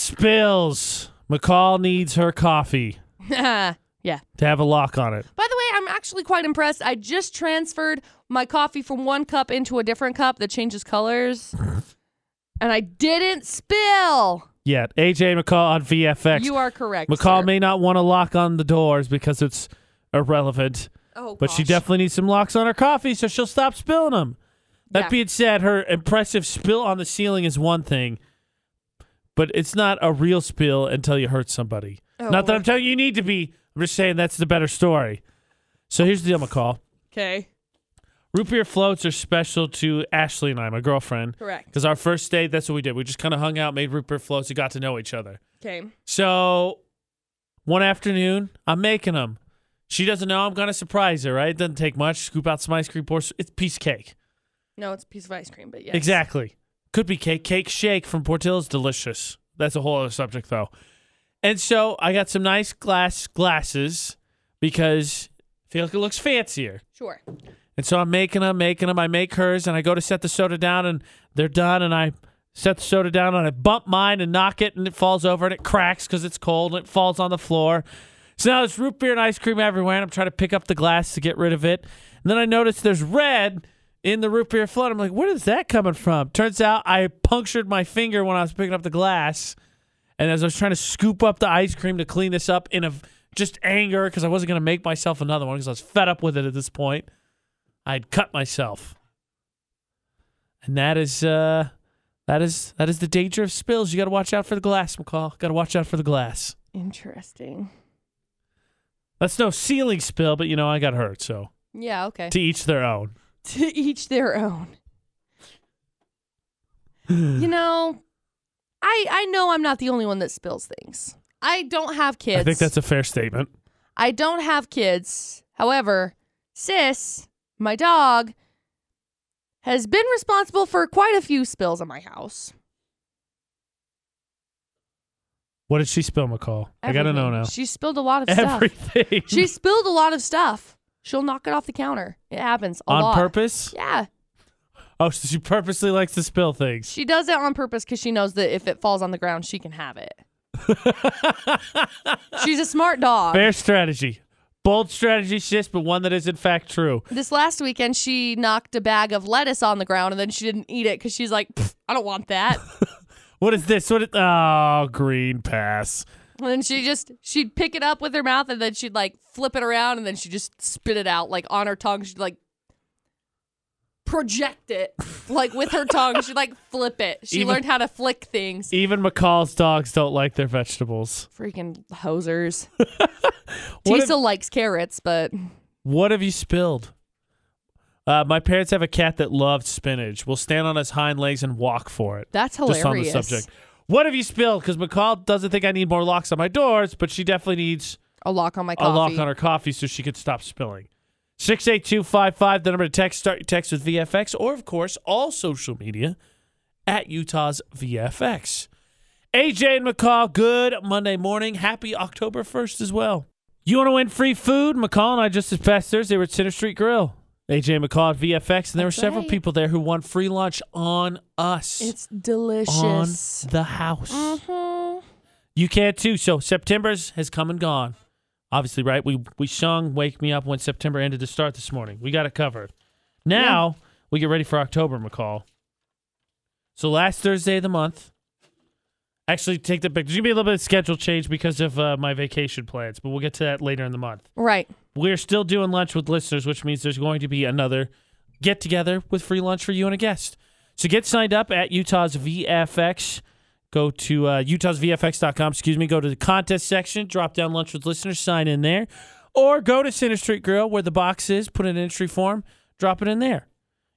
Spills. McCall needs her coffee
yeah.
to have a lock on it.
By the way, I'm actually quite impressed. I just transferred my coffee from one cup into a different cup that changes colors. and I didn't spill.
Yet AJ McCall on VFX.
You are correct.
McCall
sir.
may not want to lock on the doors because it's irrelevant,
Oh,
but she
gosh.
definitely needs some locks on her coffee, so she'll stop spilling them. That
Yeah.
being said, her impressive spill on the ceiling is one thing, but it's not a real spill until you hurt somebody. Not that
Oh.
I'm telling you you need to be. I'm just saying that's the better story. So here's the deal, McCall.
Okay.
Root beer floats are special to Ashley and I, my girlfriend,
Correct.
because our first date, that's what we did. We just kind of hung out, made root beer floats, and got to know each other.
Okay.
So one afternoon, I'm making them. She doesn't know I'm gonna surprise her, right? It doesn't take much. Scoop out some ice cream, pour. s- It's piece of cake.
No, it's a piece of ice cream, but yeah.
Exactly. Could be cake. Cake shake from Portillo's, delicious. That's a whole other subject though. And so I got some nice glass glasses because I feel like it looks fancier.
Sure.
And so I'm making them, making them. I make hers, and I go to set the soda down, and they're done. And I set the soda down, and I bump mine and knock it, and it falls over, and it cracks because it's cold, and it falls on the floor. So now there's root beer and ice cream everywhere, and I'm trying to pick up the glass to get rid of it. And then I notice there's red in the root beer float. I'm like, where is that coming from? Turns out I punctured my finger when I was picking up the glass. And as I was trying to scoop up the ice cream to clean this up in a just anger because I wasn't going to make myself another one because I was fed up with it at this point. I'd cut myself. And that is uh that is that is the danger of spills. You gotta watch out for the glass, McCall. Gotta watch out for the glass.
Interesting.
That's no ceiling spill, but you know, I got hurt, so
Yeah, okay.
to each their own.
to each their own. you know, I I know I'm not the only one that spills things. I don't have kids.
I think that's a fair statement.
I don't have kids. However, Sis, my dog, has been responsible for quite a few spills in my house.
What did she spill, McCall? I gotta know
Everything.
now.
She spilled a lot of stuff.
Everything.
She spilled a lot of stuff. She'll knock it off the counter. It happens a
on
lot.
purpose?
Yeah.
Oh, so she purposely likes to spill things.
She does it on purpose because she knows that if it falls on the ground, she can have it. She's a smart dog.
Fair strategy. Bold strategy, sis, but one that is in fact true.
This last weekend, she knocked a bag of lettuce on the ground and then she didn't eat it because she's like, "Pfft, I don't want that.
What is this? What? Is, oh, green pass.
and then she just, she'd pick it up with her mouth and then she'd like flip it around and then she'd just spit it out like on her tongue. She'd like project it like with her tongue. She'd like flip it. She
Even-
learned how to flick things.
Even McCall's dogs don't like their vegetables.
Freaking hosers.
What
She
if-
still likes carrots, but
What have you spilled? Uh, my parents have a cat that loves spinach. Will stand on its hind legs and walk for it.
that's hilarious.
Just on the subject. What have you spilled? Because McCall doesn't think I need more locks on my doors, but she definitely needs
a lock on my
a
coffee.
lock on her coffee so she could stop spilling. 68255, the number to text. Start your text with VFX or, of course, all social media at Utah's VFX. AJ and McCall, good Monday morning. Happy October 1st as well. You want to win free food? McCall and I just this past Thursday were at Center Street Grill. AJ and McCall at VFX, and there
That's
were several
right.
people there who won free lunch on us.
It's
on
delicious.
the house.
Mhm.
You can too. So September's has come and gone. Obviously, right? We we sung "Wake Me Up" when September ended to start this morning. We got it covered. Now we get ready for October, McCall. So last Thursday of the month. Actually, take that back. There's gonna be a little bit of schedule change because of uh, my vacation plans, but we'll get to that later in the month.
Right.
We're still doing lunch with listeners, which means there's going to be another get together with free lunch for you and a guest. So get signed up at Utah's VFX. Go to uh, utahsvfx.com, excuse me. Go to the contest section, drop down lunch with listeners, sign in there. Or go to Center Street Grill where the box is, put in an entry form, drop it in there.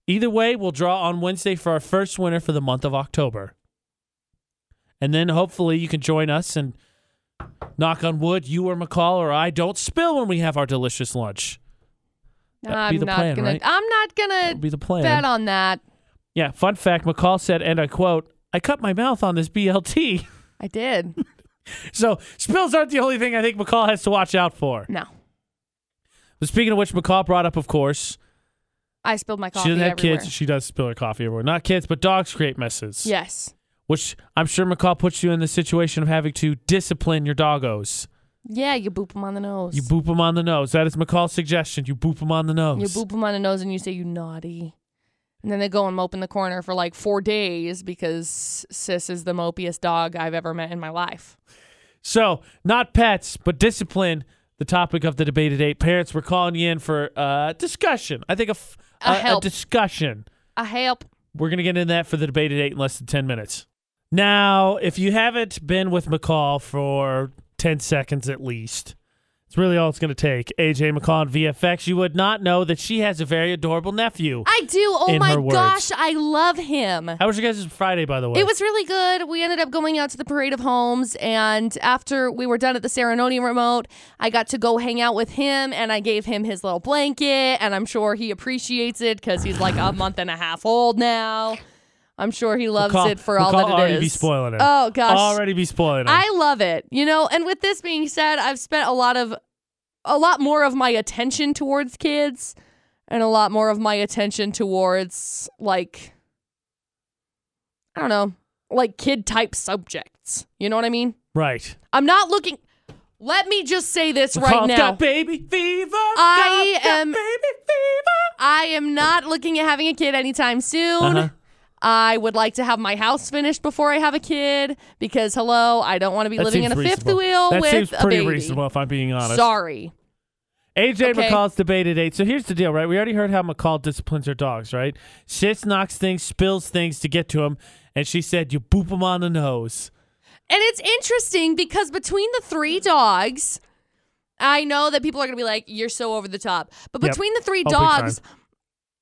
Either way, we'll draw on Wednesday for our first winner for the month of October. And then hopefully you can join us and knock on wood, you or McCall or I don't spill when we have our delicious lunch. That'd
I'm
be the
not
plan,
gonna.
right?
I'm not gonna
That'd be the plan.
bet on that.
Yeah, fun fact McCall said, and I quote, I cut my mouth on this BLT.
I did.
so spills aren't the only thing I think McCall has to watch out for.
No.
But speaking of which, McCall brought up, of course,
I spilled my
she
coffee
doesn't have
everywhere.
kids. She does spill her coffee everywhere. Not kids, but dogs create messes.
Yes.
Which I'm sure McCall puts you in the situation of having to discipline your doggos.
Yeah, you boop them on the nose.
You boop them on the nose. That is McCall's suggestion. You boop them on the nose.
You boop them on the nose and you say, you naughty. And then they go and mope in the corner for like four days because Sis is the mopiest dog I've ever met in my life.
So, not pets, but discipline, the topic of the debate today. Parents, we're calling you in for uh, discussion. I think a, f-
A help.
discussion.
I help.
We're going to get into that for the debate today in less than 10 minutes. Now, if you haven't been with McCall for 10 seconds at least, it's really all it's going to take. AJ McCall on VFX, you would not know that she has a very adorable nephew.
I do. Oh
In
my
her words.
gosh, I love him.
How was your guys' Friday, by the way?
It was really good. We ended up going out to the Parade of Homes, and after we were done at the Serenoni remote, I got to go hang out with him, and I gave him his little blanket, and I'm sure he appreciates it because he's like a month and a half old now. I'm sure he loves
McCall-
it for all
McCall
that it is.
already be spoiling him.
Oh gosh,
Already be spoiling him.
I love it. You know, and with this being said, I've spent a lot of a lot more of my attention towards kids and a lot more of my attention towards like I don't know, like kid type subjects. You know what I mean?
right.
I'm not looking Let me just say this right
McCall's
now.
got baby fever.
I
McCall's got
am-
baby fever.
I am not looking at having a kid anytime soon.
Uh-huh.
I would like to have my house finished before I have a kid because hello, I don't want to be
That
living in
seems
a fifth
reasonable.
wheel
that
with
seems
a
pretty
baby.
reasonable if I'm being honest.
Sorry.
AJ
Okay.
McCall's debated eight. So here's the deal, right? We already heard how McCall disciplines her dogs, right? Sits, knocks things, spills things to get to him, and she said you boop him on the nose.
And it's interesting because between the three dogs, I know that people are going to be like, you're so over the top. But
Yep.
between the three
Oh, big
dogs,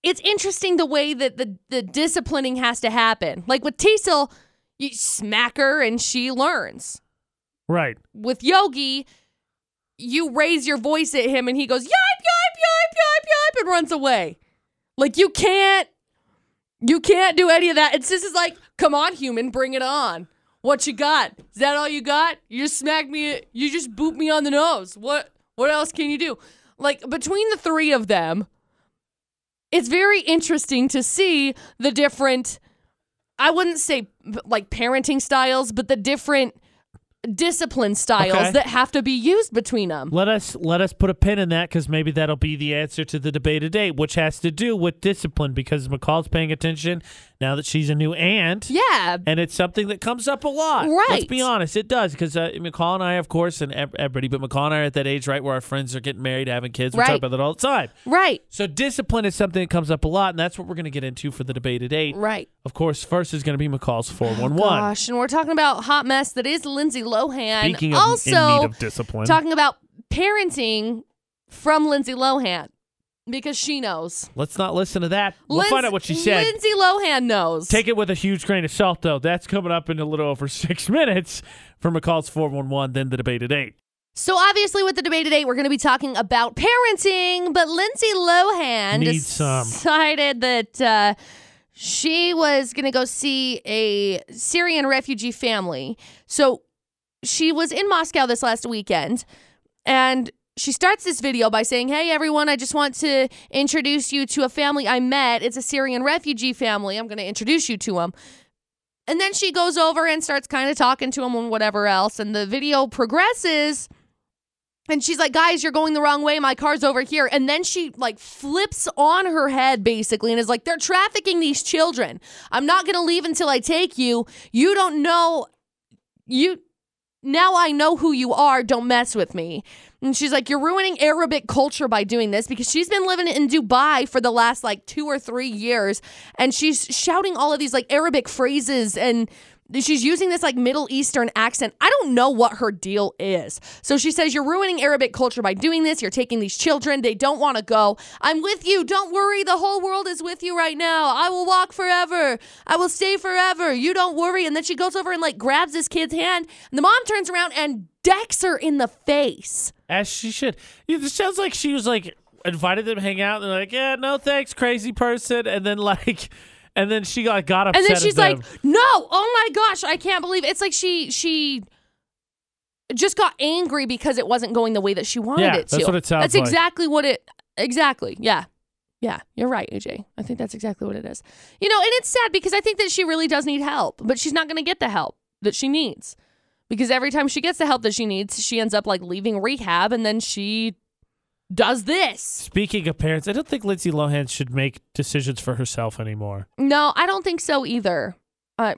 it's interesting the way that the, the disciplining has to happen. Like with Teasel, you smack her and she learns.
Right.
With Yogi, you raise your voice at him and he goes, yipe, yipe, yipe, yipe, yipe, and runs away. Like you can't, you can't do any of that. It's just it's like, come on, human, bring it on. What you got? Is that all you got? You just smacked me. You just booped me on the nose. What? What else can you do? Like between the three of them, it's very interesting to see the different. I wouldn't say like parenting styles, but the different discipline styles
Okay.
that have to be used between them.
Let us let us put a pin in that because maybe that'll be the answer to the debate today, which has to do with discipline because McCall's paying attention now that she's a new aunt.
Yeah,
and it's something that comes up a lot. Let's
Right.
be honest, it does because uh, McCall and I, of course, and ev- everybody, but McCall and I are at that age, right, where our friends are getting married, having kids. We
Right.
talk about that all the time.
right,
So discipline is something that comes up a lot, and that's what we're going to get into for the debate at eight.
right. Oh,
Of course, first is going to be McCall's four one one.
Gosh, and we're talking about hot mess that is Lindsay Lohan.
Speaking of
also,
in need of discipline,
talking about parenting from Lindsay Lohan because she knows.
let's not listen to that. We'll
Linds-
find out what she said.
Lindsay Lohan knows.
Take it with a huge grain of salt, though. That's coming up in a little over six minutes for McCall's four one one. Then the debate at eight.
so obviously, with the debate today, we're going to be talking about parenting, but Lindsay Lohan
Needs some.
decided that uh, she was going to go see a Syrian refugee family. So she was in Moscow this last weekend and she starts this video by saying, Hey, everyone, I just want to introduce you to a family I met. It's a Syrian refugee family. I'm going to introduce you to them. And then she goes over and starts kind of talking to them and whatever else. And the video progresses. And she's like, guys, you're going the wrong way. My car's over here. And then she like flips on her head basically and is like, they're trafficking these children. I'm not going to leave until I take you. You don't know. You now I know who you are. Don't mess with me. And she's like, You're ruining Arabic culture by doing this because she's been living in Dubai for the last like two or three years. And she's shouting all of these like Arabic phrases and she's using this like Middle Eastern accent. I don't know what her deal is. So she says, You're ruining Arabic culture by doing this. You're taking these children. They don't want to go. I'm with you. Don't worry. The whole world is with you right now. I will walk forever. I will stay forever. You don't worry. And then she goes over and like grabs this kid's hand. And the mom turns around and decks her in the face.
As she should. Yeah, This sounds like she was like invited them to hang out and they're like, yeah, no thanks, crazy person. And then like, and then she got, got upset.
and then
at
she's like,
them.
"No, oh my gosh, I can't believe it's like she she just got angry because it wasn't going the way that she wanted
Yeah,
it to."
that's what it sounds
That's
like.
exactly what it exactly. Yeah. Yeah, you're right, AJ. I think that's exactly what it is. You know, and it's sad because I think that she really does need help, but she's not going to get the help that she needs. Because every time she gets the help that she needs, she ends up like leaving rehab and then she does this.
Speaking of parents, I don't think Lindsay Lohan should make decisions for herself anymore.
No, I don't think so either. Uh,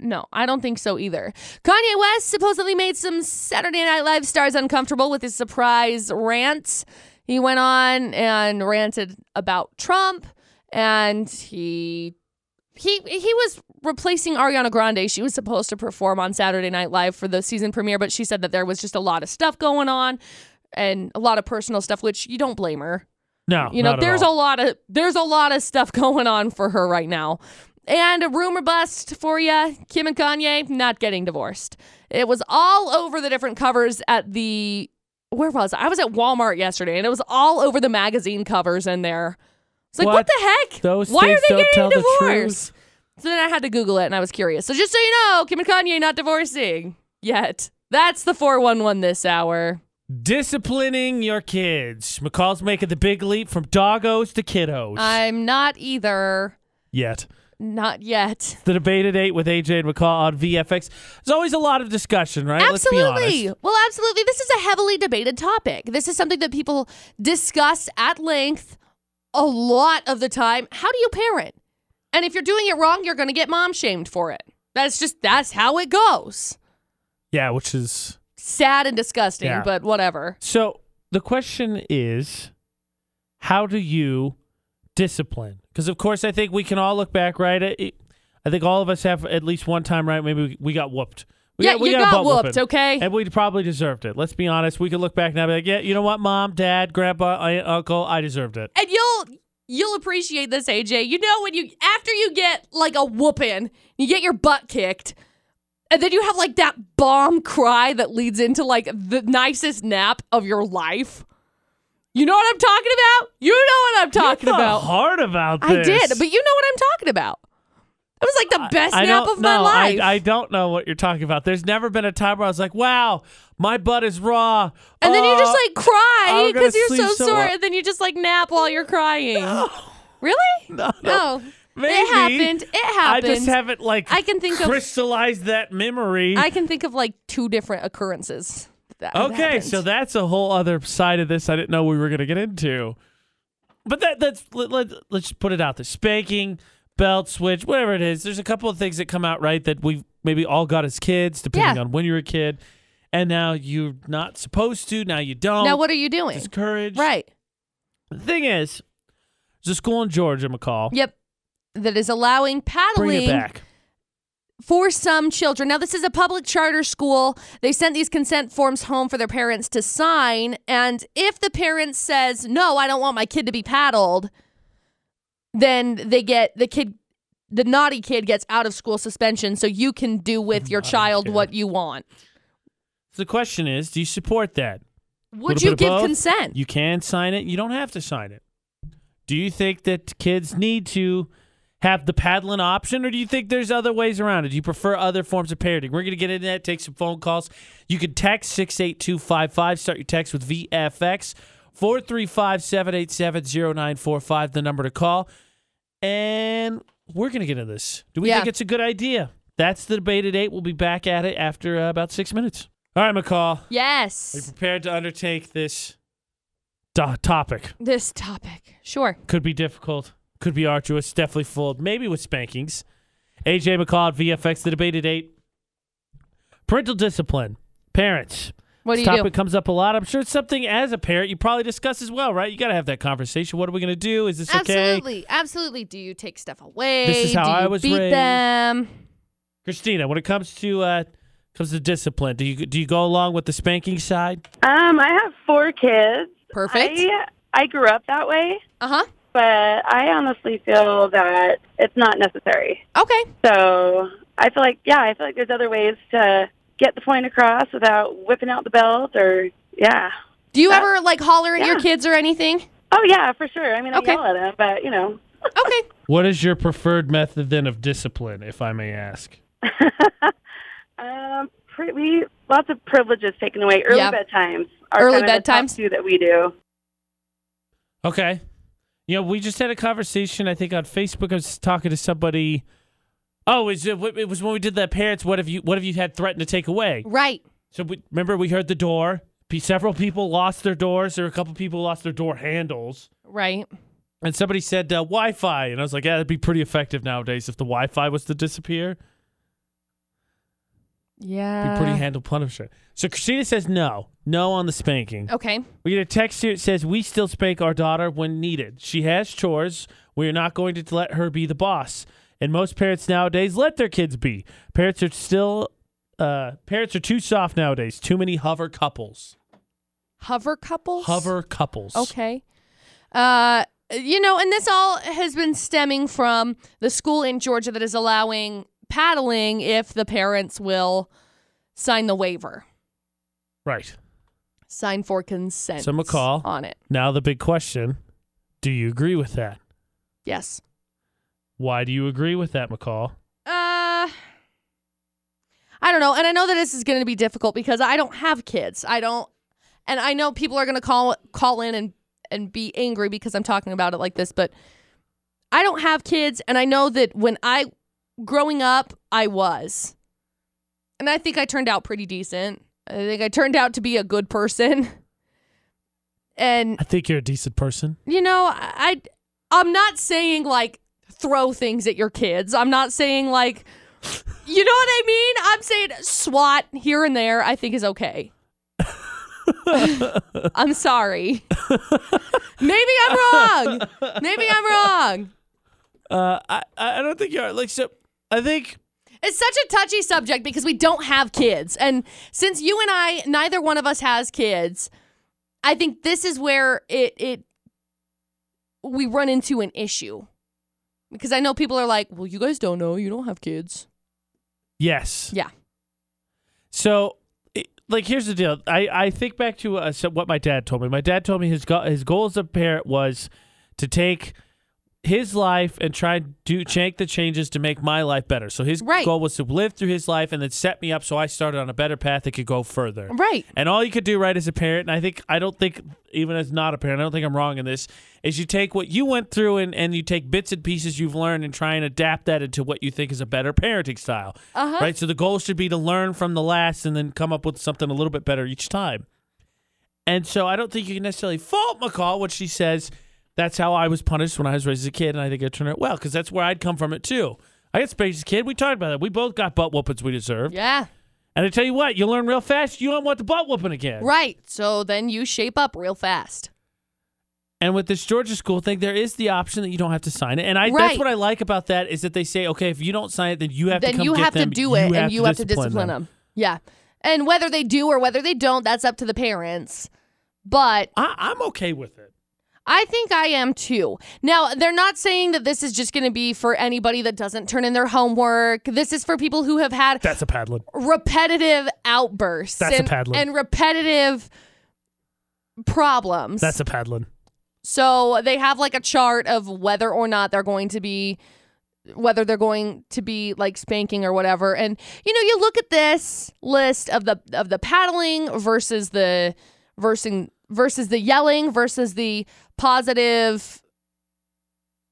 no, I don't think so either. Kanye West supposedly made some Saturday Night Live stars uncomfortable with his surprise rant. He went on and ranted about Trump, and he he he was replacing Ariana Grande. She was supposed to perform on Saturday Night Live for the season premiere, but she said that there was just a lot of stuff going on and a lot of personal stuff, which you don't blame her
No,
you know
not at
there's
all.
a lot of there's a lot of stuff going on for her right now and a rumor bust for you kim and kanye not getting divorced it was all over the different covers at the where was i i was at walmart yesterday and it was all over the magazine covers in there it's like what,
What?
the heck
Those
why are
things
they
don't
getting
tell the
divorced so then i had to google it and i was curious so just so you know kim and kanye not divorcing yet that's the 411 this hour
disciplining your kids. McCall's making the big leap from doggos to kiddos.
i'm not either
Yet.
not yet
The debate at eight with AJ and McCall on VFX. There's always a lot of discussion, right? Let's be honest.
Absolutely. Well, absolutely. This is a heavily debated topic. This is something that people discuss at length a lot of the time. How do you parent? And if you're doing it wrong, you're going to get mom shamed for it. That's just that's how it goes.
Yeah, which is
Sad and disgusting,
Yeah.
but whatever.
so. The question is, how do you discipline? Because of course, I think we can all look back, right? I I think all of us have at least one time, right? Maybe we, we got whooped. We
yeah,
we
you
a
got
butt whooping.
whooped, okay?
And we probably deserved it. Let's be honest. We could look back now and be like, yeah, you know what, mom, dad, grandpa, aunt, uncle, I deserved it.
and you'll you'll appreciate this AJ. You know when you after you get like a whooping, you get your butt kicked. And then you have like that bomb cry that leads into like the nicest nap of your life. You know what I'm talking about? You know what I'm talking
You thought
about.
hard about this.
I did, but you know what I'm talking about. It was like the best
I
nap
don't
of my
know.
life.
I, I don't know what you're talking about. There's never been a time where I was like, wow, my butt is raw.
and then you just
Oh,
like cry
I'm gonna
because you're
sleep
so,
so
sore,
well.
and then you just like nap while you're crying. Really? No.
maybe.
It happened. It happened.
I just haven't like
I can think of-
crystallized that memory.
I can think of like two different occurrences. That have
okay,
happened.
so that's a whole other side of this I didn't know we were going to get into. But that that's let, let, let's just put it out there. Spanking, belt switch, whatever it is. There's a couple of things that come out right that we maybe all got as kids depending
Yeah.
on when you were a kid. And now you're not supposed to, now you don't.
now what are you doing?
It's courage.
Right.
The thing is, there's a school in Georgia, McCall.
Yep. That is allowing paddling
Bring it back.
for some children. Now, this is a public charter school. They sent these consent forms home for their parents to sign. And if the parent says, no, I don't want my kid to be paddled, then they get the kid, the naughty kid gets out of school suspension. So you can do with your
Naughty
child
kid.
what you want.
So the question is, do you support that?
Would
Little
you
bit of
give
both.
consent?
You can sign it. You don't have to sign it. Do you think that kids need to have the paddling option, or do you think there's other ways around it? Do you prefer other forms of parenting? We're going to get into that, take some phone calls. You can text 68255. Start your text with VFX 435 787 0945, the number to call. And we're going to get into this. Do we
Yeah.
think it's a good idea? That's the debate at 8. We'll be back at it after uh, about six minutes. All right, McCall. Are you
yes.
prepared to undertake this do- topic?
This topic. Sure.
Could be difficult, could be arduous, definitely full, maybe with spankings. AJ McCall at VFX, the debate at 8. Parental discipline. Parents.
What do
this
you do?
topic comes up a lot. I'm sure it's something as a parent you probably discuss as well, right? You got to have that conversation. What are we going to do? Is this okay?
Absolutely, absolutely. Do you take stuff away?
This is how
do you
I was
beat
raised.
them.
Christina, when it comes to uh comes to discipline, do you do you go along with the spanking side?
Um, I have four kids.
Perfect.
I, I grew up that way,
Uh huh.
but I honestly feel that it's not necessary.
Okay.
So I feel like, yeah, I feel like there's other ways to get the point across without whipping out the belt or, yeah.
Uh, Do you ever like holler at your
Yeah.
kids or anything?
Oh, yeah, for sure. I mean, I
Okay.
yell at them, but, you know,
Okay.
What is your preferred method then of discipline, if I may ask?
Um, pri- we lots of privileges taken away. Early
Yeah.
bedtimes. Are
Early
kind of the top
bedtimes.
two that we do.
Okay. You know, we just had a conversation, I think, on Facebook. I was talking to somebody. Oh, is it, it was when we did that parents, what have you what have you had threatened to take away?
Right.
So we, remember we heard the door. Pe- Several people lost their doors. There were a couple people lost their door handles.
Right.
And somebody said uh, Wi-Fi, and I was like, yeah, that'd be pretty effective nowadays if the Wi-Fi was to disappear.
Yeah.
Be
Uh.
pretty handle punishment. So Christina says no, no on the spanking.
Okay.
We get a text here that says we still spank our daughter when needed. She has chores. We are not going to let her be the boss. And most parents nowadays let their kids be. Parents are still, uh, parents are too soft nowadays. Too many hover couples.
Hover couples.
Hover couples.
Okay. Uh, you know, and this all has been stemming from the school in Georgia that is allowing paddling if the parents will sign the waiver,
Right.
sign for consent.
So, McCall.
on it.
Now the big question: Do you agree with that?
Yes.
Why do you agree with that, McCall?
Uh, I don't know, and I know that this is going to be difficult because I don't have kids. I don't, and I know people are going to call call in and and be angry because I'm talking about it like this, but I don't have kids, and I know that when I growing up, I was, and I think I turned out pretty decent. I think I turned out to be a good person, and
I think you're a decent person.
you know, I I- I'm not saying like throw things at your kids. I'm not saying like you know what I mean? I'm saying SWAT here and there I think is okay. I'm sorry. Maybe I'm wrong. Maybe I'm wrong.
Uh, I I don't think you are. Like, so I think
It's such a touchy subject because we don't have kids. And since you and I, neither one of us has kids, I think this is where it it we run into an issue. Because I know people are like, "Well, you guys don't know, you don't have kids."
yes.
Yeah.
So, it, like, here's the deal. I, I think back to uh, so what my dad told me. My dad told me his go- his goal as a parent was to take his life and try to do make the changes to make my life better. So his
Right.
goal was to live through his life and then set me up so I started on a better path that could go further.
Right.
And all you could do right as a parent, and I think I don't think even as not a parent, I don't think I'm wrong in this, is you take what you went through and, and you take bits and pieces you've learned and try and adapt that into what you think is a better parenting style.
Uh-huh.
Right? So the goal should be to learn from the last and then come up with something a little bit better each time. And so I don't think you can necessarily fault McCall when she says that's how I was punished when I was raised as a kid, and I think I turned out well because that's where I'd come from it too. I got spanked as a kid. We talked about that. We both got butt whoopings we deserved.
Yeah.
And I tell you what, you learn real fast. You don't want the butt whooping again.
Right. So then you shape up real fast.
And with this Georgia school thing, there is the option that you don't have to sign it. And I, that's
Right.
what I like about that is that they say, okay, if you don't sign it, then you have to
then
come
you
get
have
them.
to do it and you have to discipline
them.
them. Yeah. And whether they do or whether they don't, that's up to the parents. But
I, I'm okay with it.
I think I am too. Now, they're not saying that this is just going to be for anybody that doesn't turn in their homework. This is for people who have had
That's a paddling.
repetitive outbursts
That's a
and,
paddling.
and repetitive problems.
That's a paddling.
so they have like a chart of whether or not they're going to be whether they're going to be like spanking or whatever. And you know, you look at this list of the of the paddling versus the versus versus the yelling versus the positive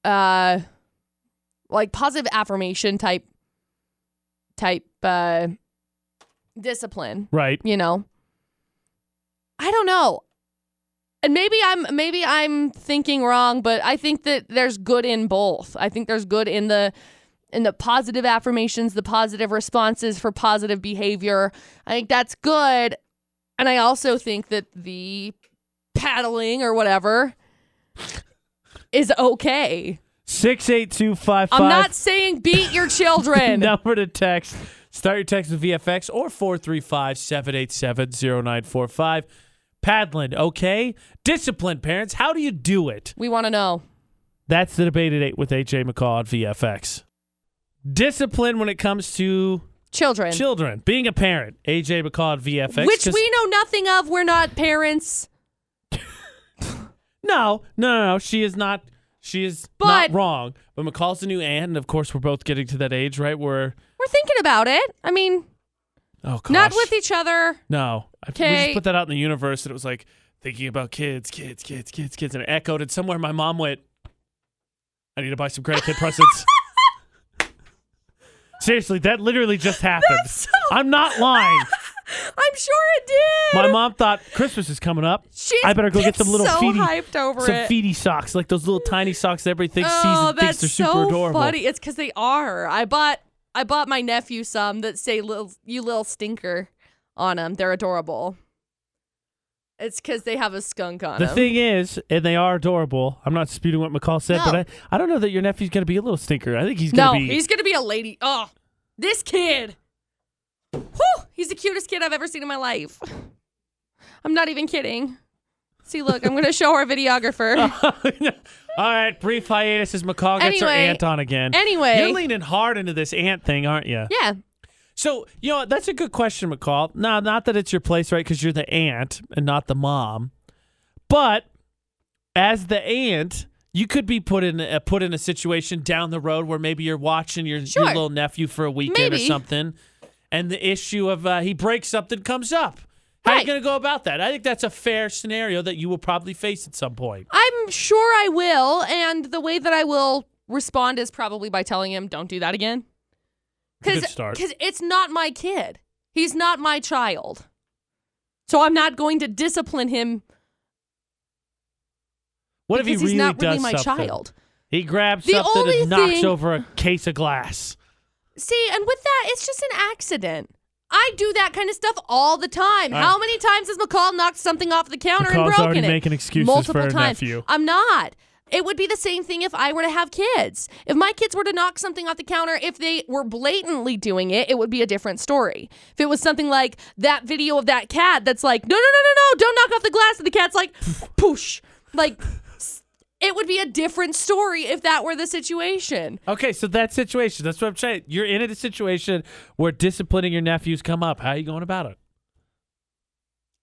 uh like positive affirmation type type uh discipline
Right.
you know i don't know and maybe i'm maybe i'm thinking wrong but i think that there's good in both i think there's good in the in the positive affirmations the positive responses for positive behavior i think that's good and i also think that the paddling or whatever is okay
Six eight two five
i'm not
five.
saying beat your children
Number to text. Start your text with VFX or 435-787-0945. Paddling, okay? Disciplined parents, how do you do it?
we want to know
That's the debate at 8 with AJ McCall on VFX. Discipline when it comes to
children
children, being a parent. AJ McCall on VFX.
which
'cause-
we know nothing of we're not parents
No, no, no, no. She is not. She is
But-
not wrong. But McCall's the new aunt, and of course, we're both getting to that age, right? Where
We're thinking about it. I mean,
oh, gosh.
not with each other.
No, I, we just
Okay.
put that out in the universe, and it was like thinking about kids, kids, kids, kids, kids, and it echoed. And somewhere my mom went, "I need to buy some credit kid presents." Seriously, that literally just happened. I'm not lying.
I'm sure it did.
My mom thought Christmas is coming up.
She's
I better go get
been
some little
so
feety,
hyped over
some
it.
feety socks, like those little tiny socks that everybody thinks sees
oh,
and thinks
that's
they're super
so
adorable.
funny. It's because they are. I bought I bought my nephew some that say "little you little stinker" on them. They're adorable. It's because they have a skunk on
The
them.
thing is, and they are adorable. I'm not disputing what McCall said,
No.
but I, I don't know that your nephew's gonna be a little stinker. I think he's
no,
gonna be
he's gonna be a lady. Oh, this kid. Whew, he's the cutest kid I've ever seen in my life. I'm not even kidding. See, look, I'm gonna show our videographer.
All right, brief hiatus as McCall gets her
Anyway-
aunt on again.
anyway.
You're leaning hard into this aunt thing, aren't you?
yeah,
So, you know, what, that's a good question, McCall. No, not that it's your place, right? Because you're the aunt and not the mom. But as the aunt, you could be put in a, put in a situation down the road where maybe you're watching your,
Sure.
your little nephew for a weekend or
Maybe.
something, and the issue of uh, he breaks something comes up. How are you
Right.
going to go about that? I think that's a fair scenario that you will probably face at some point.
I'm sure I will, and the way that I will respond is probably by telling him, "Don't do that again,"
Good start.
because it's not my kid. He's not my child, so I'm not going to discipline him
What if
because
he
he's
really
not
does
really my
something?
child.
He grabs
The
something
only
and knocks
thing-
over a case of glass.
See, and with that, it's just an accident. I do that kind of stuff all the time.
I-
How many times has McCall knocked something off the counter
Uh, McCall's
and broken
already
it?
making excuses
Multiple
for her
times.
nephew.
I'm not. It would be the same thing if I were to have kids. If my kids were to knock something off the counter, if they were blatantly doing it, it would be a different story. If it was something like that video of that cat that's like, no, no, no, no, no, don't knock off the glass, and the cat's like, poosh, like. s- It would be a different story if that were the situation.
Okay, so that situation, that's what I'm saying. You're in a situation where disciplining your nephews come up. How are you going about it?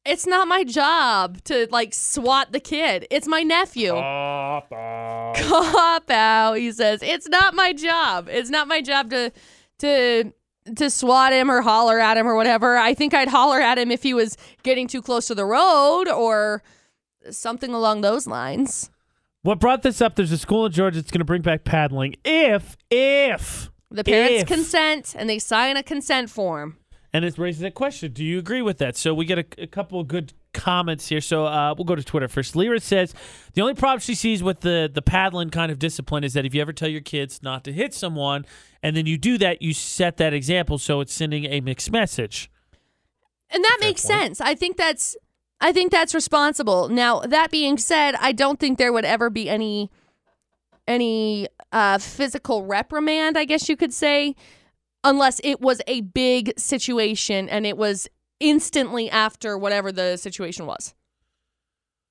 It's not my job to like swat the kid. It's my nephew. Cop out, he says. It's not my job. It's not my job to to to swat him or holler at him or whatever. I think I'd holler at him if he was getting too close to the road or something along those lines.
What brought this up, there's a school in Georgia that's going to bring back paddling if, if,
The parents
If.
consent and they sign a consent form.
and it raises a question. Do you agree with that? So we get a, a couple of good comments here. So uh, we'll go to Twitter first. Lyra says the only problem she sees with the the paddling kind of discipline is that if you ever tell your kids not to hit someone, and then you do that, you set that example. So it's sending a mixed message.
And that makes sense. I think that's I think that's responsible. Now, that being said, I don't think there would ever be any any uh physical reprimand, I guess you could say, unless it was a big situation and it was instantly after whatever the situation was.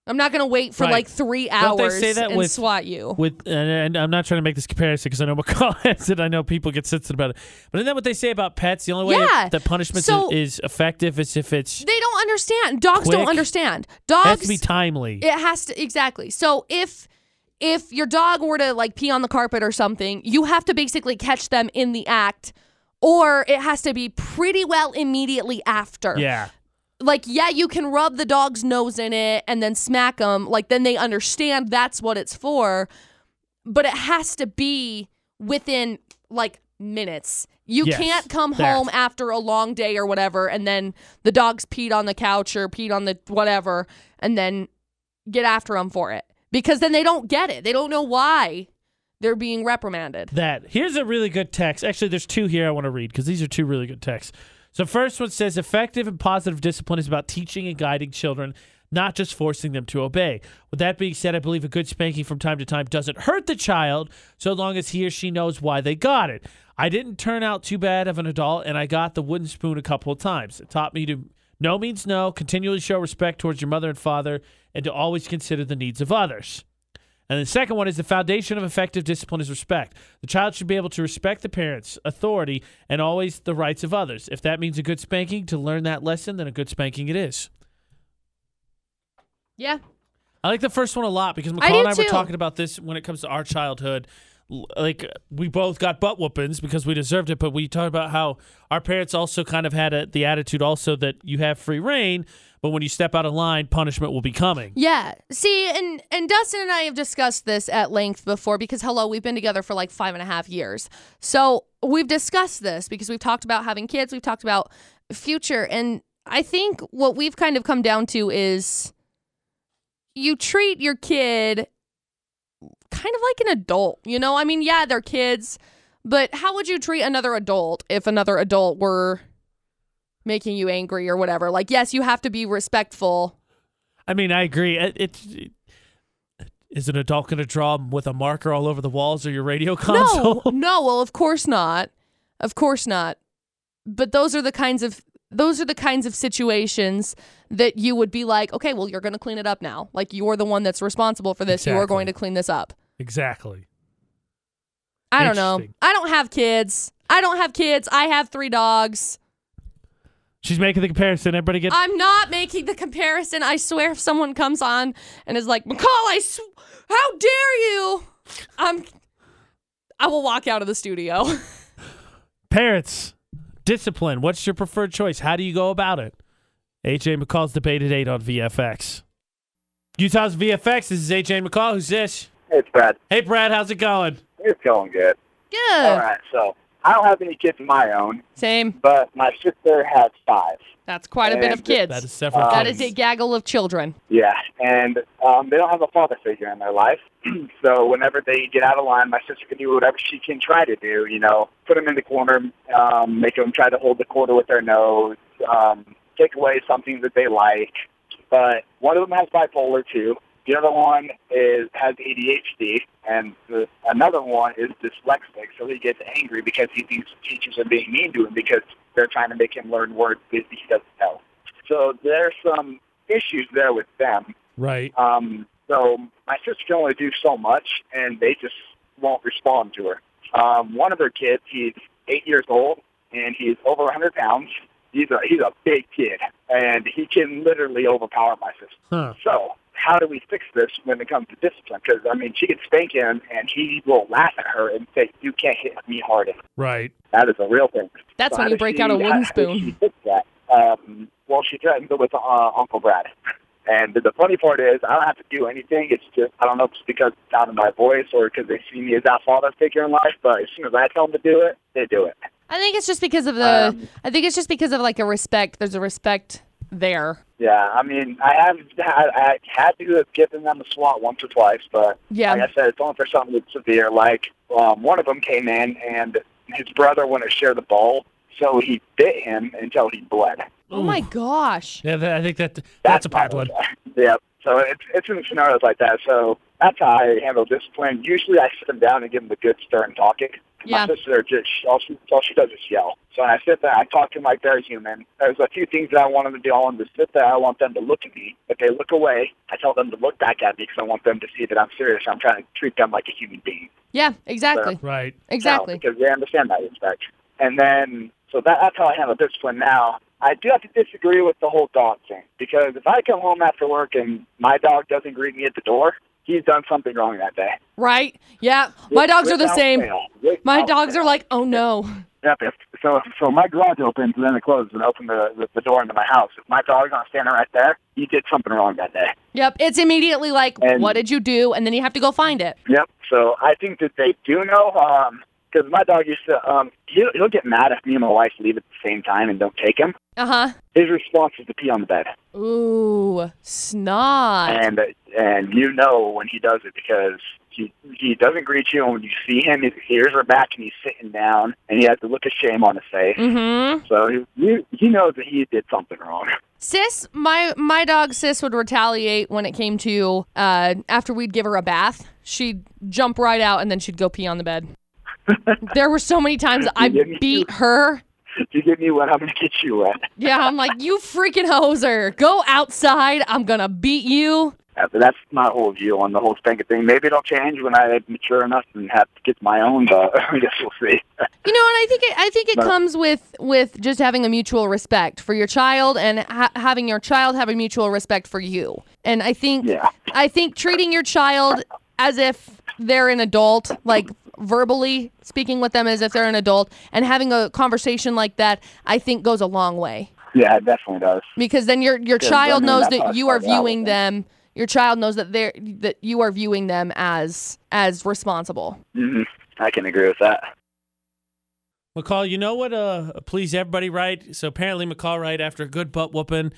I'm not going to wait for
Right.
like 3
Don't
hours
they say that
and
with-
swat you.
With and, and I'm not trying to make this comparison because I know McCall has it. I know people get sensitive about it, but isn't that what they say about pets? The only way
Yeah.
that punishment
So-
is, is effective is if it's
They don't understand. Dogs
Quick.
don't understand.
it
Dogs
has to be timely.
It has to exactly. So if if your dog were to like pee on the carpet or something, you have to basically catch them in the act or it has to be pretty well immediately after.
yeah.
Like yeah, you can rub the dog's nose in it and then smack them, like then they understand that's what it's for, but it has to be within like minutes. You
Yes,
can't come
that.
home after a long day or whatever and then the dog's peed on the couch or peed on the whatever and then get after them for it because then they don't get it. They don't know why they're being reprimanded.
that. Here's a really good text. Actually, there's two here I want to read because these are two really good texts. So, first one says effective and positive discipline is about teaching and guiding children, not just forcing them to obey. With that being said, I believe a good spanking from time to time doesn't hurt the child so long as he or she knows why they got it. I didn't turn out too bad of an adult, and I got the wooden spoon a couple of times. It taught me to no means no, continually show respect towards your mother and father, and to always consider the needs of others. And the second one is the foundation of effective discipline is respect. The child should be able to respect the parents' authority and always the rights of others. If that means a good spanking to learn that lesson, then a good spanking it is.
Yeah.
I like the first one a lot because McCall
do
and I were
too.
talking about this when it comes to our childhood. L- Like we both got butt whoopings because we deserved it, but we talked about how our parents also kind of had a, the attitude also that you have free reign, but when you step out of line, punishment will be coming.
Yeah. See, and and Dustin and I have discussed this at length before because hello, we've been together for like five and a half years. So we've discussed this because we've talked about having kids, we've talked about future, and I think what we've kind of come down to is you treat your kid kind of like an adult. You know, I mean, yeah, they're kids, but how would you treat another adult if another adult were making you angry or whatever? Like, yes, you have to be respectful.
I mean, I agree. It, it's is an adult going to draw with a marker all over the walls or your radio console?
No, no, well, of course not. Of course not. But those are the kinds of those are the kinds of situations that you would be like, okay, well, you're going to clean it up now. Like you're the one that's responsible for this. You are going
Exactly.
to clean this up.
exactly.
I don't know.
Interesting.
I don't have kids. I don't have kids. I have 3 dogs.
She's making the comparison. Everybody get
I'm not making the comparison. I swear if someone comes on and is like, "McCall, I sw- how dare you?" I'm I will walk out of the studio.
Parents, discipline. What's your preferred choice? How do you go about it? AJ McCall's debate at 8 on VFX. Utah's VFX. This is AJ McCall. Who's this?
It's Brad.
Hey, Brad, how's it going?
It's going good.
Good.
All right, so I don't have any kids of my own,
Same.
but my sister has five.
That's quite a bit of
And-
kids.
That is several
Uh,
That
kids.
is a gaggle of children.
Yeah, and um, they don't have a father figure in their life. so whenever they get out of line, my sister can do whatever she can try to do. You know, put them in the corner, um, make them try to hold the quarter with their nose, um, take away something that they like. But one of them has bipolar too. The other one is has ADHD, and the, another one is dyslexic. So he gets angry because he thinks teachers are being mean to him because they're trying to make him learn words that he doesn't know. So there's some issues there with them.
Right.
Um, so my sister can only do so much, and they just won't respond to her. Um, one of her kids, he's eight years old, and he's over 100 pounds. He's a he's a big kid, and he can literally overpower my sister.
Huh.
So how do we fix this when it comes to discipline? Because I mean, she can spank him, and he will laugh at her and say, "You can't hit me hard enough."
Right.
That is a real thing.
That's
So
when
how
you
does
break
she-
out a
how-
wooden
how does
spoon.
she fix that? Um, well, she threatened it with uh, Uncle Brad. And the funny part is, I don't have to do anything. It's just, I don't know if it's because it's out of my voice or because they see me as that father figure in life, but as soon as I tell them to do it, they do it.
I think it's just because of the.
Um,
I think it's just because of like a respect. There's a respect there.
Yeah, I mean, I have I, I had to have given them a swat once or twice, but
Yeah.
like I said, it's only for something that's severe. Like um, one of them came in, and his brother wanted to share the ball, so he bit him until he bled.
Oh my gosh.
Yeah, that, I think that that's, a bad one.
Yep. So it's it's in scenarios like that. So that's how I handle discipline. Usually I sit them down and give them the good stern talking.
Yeah.
My sister just all she, all she does is yell. So I sit there, I talk to them like they're human. There's a few things that I want them to do. I want them to sit there. I want them to look at me. If they look away, I tell them to look back at me because I want them to see that I'm serious. I'm trying to treat them like a human being
Yeah. Exactly.
Right.
Exactly.
now, because they understand that respect. And then, so that, that's how I handle discipline now. I do have to disagree with the whole dog thing because if I come home after work and my dog doesn't greet me at the door, he's done something wrong that day.
Right. Yeah. My dogs are the
Without
same.
fail.
My
Without
dogs
fail.
are like, oh no.
Yep. If, so, so my garage opens and then it closes and open the, the, the door into my house. If my dog's not standing right there, he did something wrong that day.
Yep. It's immediately like,
And-
what did you do? And then you have to go find it.
Yep. So I think that they do know. Um, because my dog used to, um, he'll, he'll get mad if me and my wife leave at the same time and don't take him.
Uh
his response is to pee on the bed,
huh. Ooh, snot.
and and you know when he does it because he he doesn't greet you, and when you see him, his ears are back, and he's sitting down, and he has the look of shame on his face.
Mm-hmm.
So he you- he knows that he did something wrong.
Sis, my my dog Sis would retaliate when it came to uh, after we'd give her a bath. She'd jump right out and then she'd go pee on the bed. there were so many times I beat her.
You give me what I'm gonna get you at.
Yeah, I'm like, you freaking hoser, go outside. I'm gonna beat you.
Uh, but that's my whole view on the whole spanking thing. Maybe it'll change when I mature enough and have to get my own. But I guess we'll see.
You know, and I think it, I think it
No.
comes with with just having a mutual respect for your child and ha- having your child have a mutual respect for you. And I think
Yeah.
I think treating your child as if they're an adult, like verbally speaking with them as if they're an adult, and having a conversation like that, I think goes a long way
Yeah, it definitely does.
because then your your
Yeah,
child
I mean,
knows
that's how I
that you are
started out with
viewing them. Your child knows that they're that you are viewing them as as responsible.
hmm I can agree with that.
McCall, you know what? Uh, please everybody, right? So apparently, McCall, right after a good butt whooping,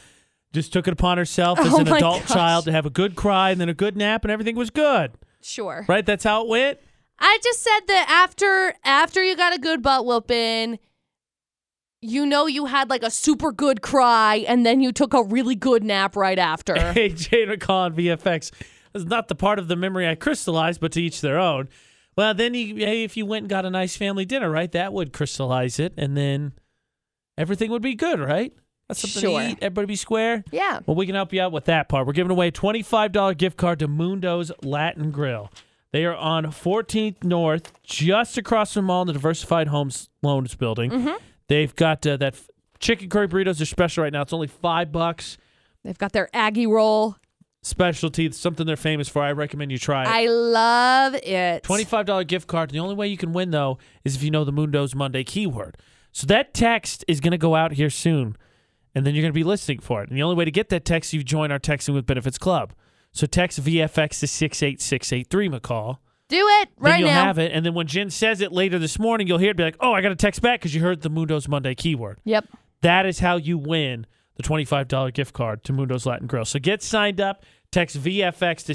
just took it upon herself as
Oh
an
my
adult
gosh.
child to have a good cry and then a good nap, and everything was good,
Sure.
right? That's how it went.
I just said that after after you got a good butt whooping, you know you had like a super good cry, and then you took a really good nap right after.
AJ and McCall on VFX. That's not the part of the memory I crystallized, but to each their own. Well, then you, hey, if you went and got a nice family dinner, right? That would crystallize it, and then everything would be good, right? That's something
Sure.
to eat. Everybody be square.
yeah.
Well, we can help you out with that part. We're giving away a $25 gift card to Mundo's Latin Grill. They are on 14th North, just across from the mall in the Diversified Homes Loans building. They've got uh, that f- chicken curry burritos are special right now. It's only five bucks.
They've got their Aggie roll.
Specialty, it's something they're famous for. I recommend you try it.
I love it.
$25 gift card. The only way you can win, though, is if you know the Mundo's Monday keyword. So that text is going to go out here soon, and then you're going to be listening for it. And the only way to get that text, you join our Texting with Benefits Club. So text VFX to 68683, McCall.
Do it
then
right
you'll
now.
have it. And then when Jen says it later this morning, you'll hear it be like, oh, I got a text back because you heard the Mundo's Monday keyword.
Yep.
That is how you win the $25 gift card to Mundo's Latin Grill. So get signed up. Text VFX to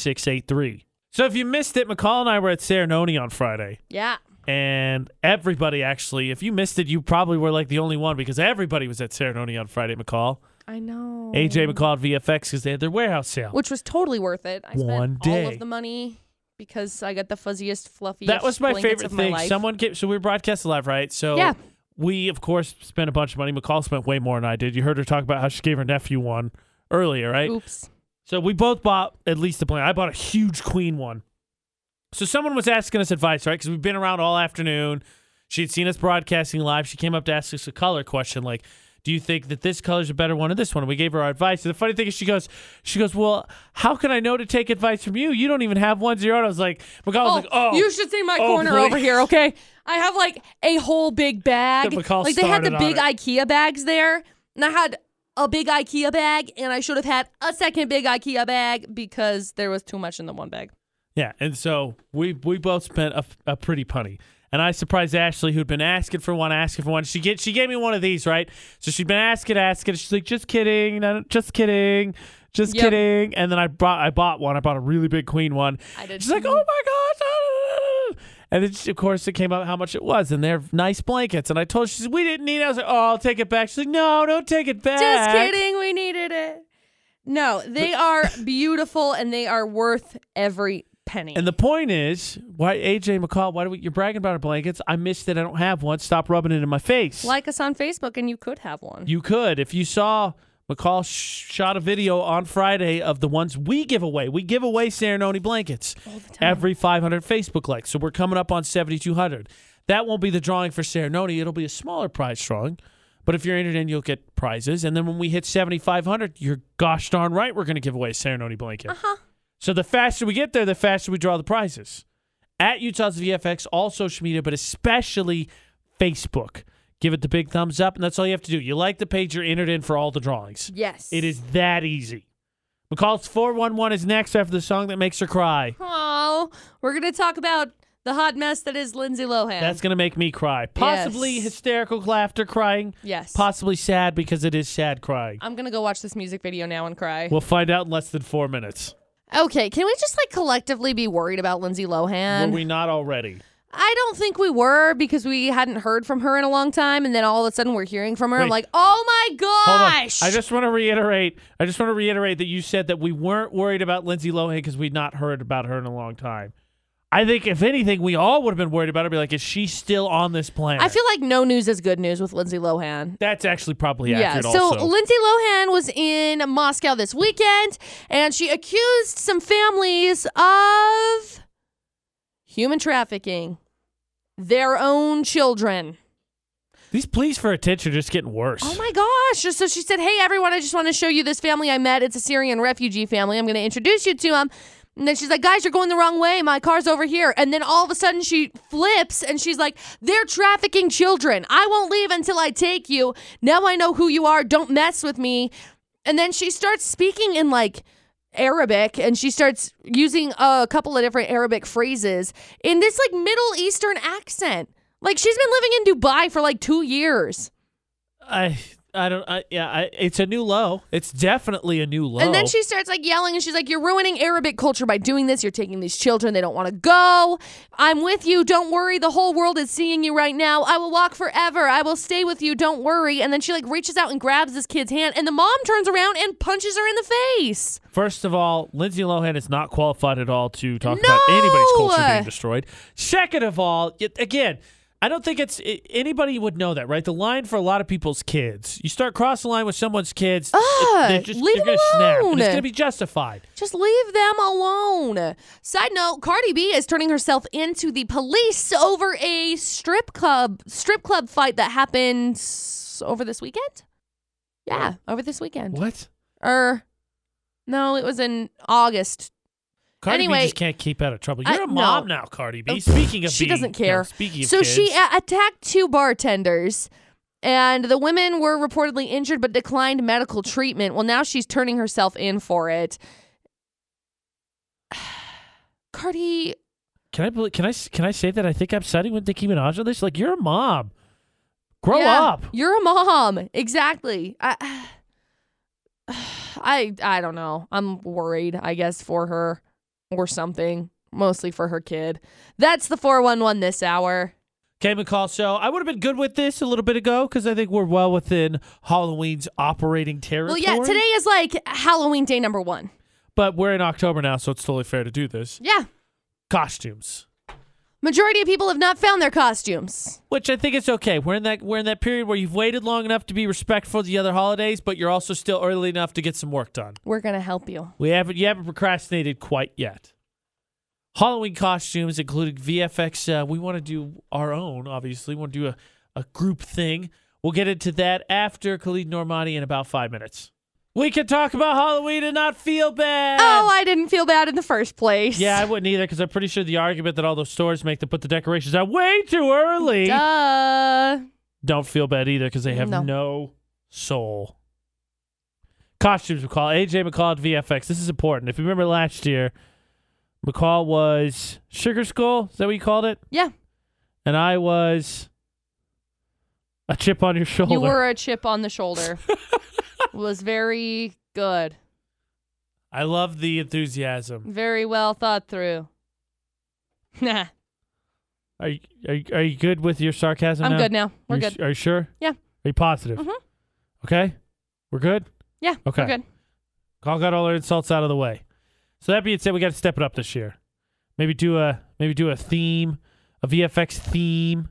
68683. So if you missed it, McCall and I were at Serenoni on Friday.
Yeah.
And everybody actually, if you missed it, you probably were like the only one because everybody was at Serenoni on Friday, McCall.
I know.
AJ McCall at VFX because they had their warehouse sale.
Mm-hmm. Which was totally worth it. I spent
One
all
day.
of the money because I got the fuzziest, fluffiest.
that was my
blankets
favorite
of my
thing.
life.
Someone came, so we were broadcast live, right? So
Yeah.
we of course spent a bunch of money. McCall spent way more than I did. You heard her talk about how she gave her nephew one earlier, right?
Oops.
So we both bought at least a blanket. I bought a huge queen one. So someone was asking us advice, right? Because we've been around all afternoon. She had seen us broadcasting live. She came up to ask us a color question, like, "Do you think that this color's a better one or this one?" And we gave her our advice. And the funny thing is, she goes, "She goes, well, how can I know to take advice from you? You don't even have one zero. And I was like, McCall was like, "Oh,
you should see my
oh,
corner over
please."
here, okay? I have like a whole big bag.
The McCall
like they had the
started on
big
it.
IKEA bags there, and I had a big IKEA bag, and I should have had a second big IKEA bag because there was too much in the one bag.
Yeah, and so we we both spent a, a pretty punny. And I surprised Ashley, who'd been asking for one, asking for one. She get she gave me one of these, right? So she'd been asking, asking. She's like, "Just kidding, no, no, just kidding, just
Yep.
kidding." And then I bought I bought one. I bought a really big queen one.
I did
She's like,
too.
"Oh my gosh!" And then she- of course it came out how much it was, and they're nice blankets. And I told her, she said, "We didn't need." it. I was like, "Oh, I'll take it back." She's like, "No, don't take it back."
Just kidding, we needed it. No, they are beautiful and they are worth every penny.
And the point is, why AJ McCall? Why do we, you're bragging about our blankets? I missed that I don't have one. Stop rubbing it in my face.
like us on Facebook, and you could have one.
you could if you saw McCall sh- shot a video on Friday of the ones we give away. We give away Serenoni blankets every 500 Facebook likes. So we're coming up on 7,200. That won't be the drawing for Serenoni. It'll be a smaller prize drawing. But if you're entered in, you'll get prizes. And then when we hit 7,500, you're gosh darn right we're going to give away a Serenoni blanket.
Uh-huh.
So the faster we get there, the faster we draw the prizes. At Utah's VFX, all social media, but especially Facebook. Give it the big thumbs up, and that's all you have to do. You like the page, you're entered in for all the drawings.
yes.
It is that easy. McCall's 411 is next after the song that makes her cry.
Oh, we're gonna talk about the hot mess that is Lindsay Lohan.
That's going to make me cry. Possibly
Yes.
hysterical laughter crying,
yes.
possibly sad because it is sad crying.
I'm gonna go watch this music video now and cry.
We'll find out in less than four minutes.
okay, can we just like collectively be worried about Lindsay Lohan?
Were we not already?
I don't think we were because we hadn't heard from her in a long time, and then all of a sudden we're hearing from her. I'm
Wait.
like, oh my
Hold on.
gosh!
I just want to reiterate. I just want to reiterate that you said that we weren't worried about Lindsay Lohan because we'd not heard about her in a long time. I think if anything, we all would have been worried about her. Be like, is she still on this planet?
I feel like no news is good news with Lindsay Lohan.
that's actually probably
Yeah.
accurate.
so
also.
Lindsay Lohan was in Moscow this weekend and she accused some families of human trafficking their own children.
These pleas for attention are just getting worse.
Oh my gosh. So she said, Hey, everyone, I just want to show you this family I met. It's a Syrian refugee family. I'm going to introduce you to them. And then she's like, Guys, you're going the wrong way. My car's over here. And then all of a sudden she flips and she's like, They're trafficking children. I won't leave until I take you. Now I know who you are. Don't mess with me. And then she starts speaking in like, Arabic and she starts using a couple of different Arabic phrases in this like Middle Eastern accent. Like she's been living in Dubai for like 2 years.
I I don't I yeah, I, it's a new low. It's definitely a new low.
And then she starts like yelling and she's like, You're ruining Arabic culture by doing this. You're taking these children. They don't want to go. I'm with you. Don't worry. The whole world is seeing you right now. I will walk forever. I will stay with you. Don't worry. And then she like reaches out and grabs this kid's hand. And the mom turns around and punches her in the face.
First of all, Lindsay Lohan is not qualified at all to talk
No!
about anybody's culture being destroyed. Second of all, y- again, I don't think it's i anybody would know that, right? The line for a lot of people's kids. You start crossing the line with someone's kids, it-
Ugh,
they're just
leave
they're gonna
them
snap. and it's
alone.
going to be justified.
Just leave them alone. Side note, Cardi B is turning herself into the police over a strip club strip club fight that happened s- over this weekend. Yeah, over this weekend.
What?
or Er, no, it was in August.
Cardi
Anyway,
B just can't keep out of trouble.
I-
You're a
no.
mom now, Cardi
Oh,
B. Speaking of
she
being-
doesn't
no,
care.
speaking of
so she
kids.
a- attacked two bartenders, and the women were reportedly injured but declined medical treatment. Well, now she's turning herself in for it. Cardi,
Can I bel- can I s- can I say that I think I'm siding with Nicki Minaj on this? Like you're a mom, grow
yeah,
up.
You're a mom, exactly. I, I, I don't know. I'm worried, I guess, for her or something. Mostly for her kid. That's the four one one this hour.
Okay, McCall. So I would have been good with this a little bit ago because I think we're well within Halloween's operating
Well,
territory.
yeah, today is like Halloween day number one.
But we're in October now, so it's totally fair to do this.
Yeah.
Costumes,
Majority of people have not found their costumes.
which I think it's okay. We're in that we're in that period where you've waited long enough to be respectful of the other holidays, but you're also still early enough to get some work done.
We're going to help you.
We haven't you haven't procrastinated quite yet. Halloween costumes, including VFX, uh, we want to do our own. Obviously, we want to do a, a group thing. We'll get into that after Khalid Normani in about five minutes. We can talk about Halloween and not feel bad.
Oh, I didn't feel bad in the first place.
yeah, I wouldn't either because I'm pretty sure the argument that all those stores make to put the decorations out way too early.
Duh.
Don't feel bad either because they have
No.
no. soul. Costumes, McCall. AJ McCall at VFX. This is important. If you remember last year, McCall was Sugar Skull. Is that what you called it?
Yeah.
And I was a chip on your shoulder.
You were a chip on the shoulder. was very good.
I love the enthusiasm.
Very well thought through. Nah,
Are you, are you, are you good with your sarcasm?
I'm
now?
good now. We're
Are you,
good.
Are you sure?
Yeah.
Are you positive?
Mhm.
Okay. We're good?
Yeah,
Okay.
we're good.
Call got all our insults out of the way. So that being said, we got to step it up this year. Maybe do a maybe do a theme, a VFX theme.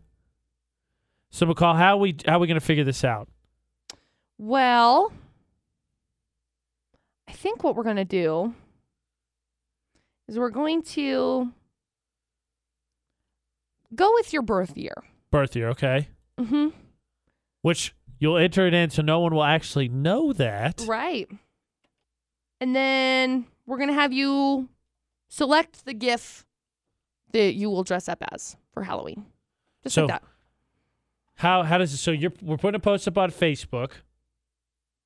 So McCall, how we how we gonna figure this out?
Well, I think what we're going to do is we're going to go with your birth year.
Birth year, okay?
Mm-hmm.
Which you'll enter it in, so no one will actually know that.
Right. And then we're going to have you select the gif that you will dress up as for Halloween. Just
So-
like that.
How how does it? So you're we're putting a post up on Facebook,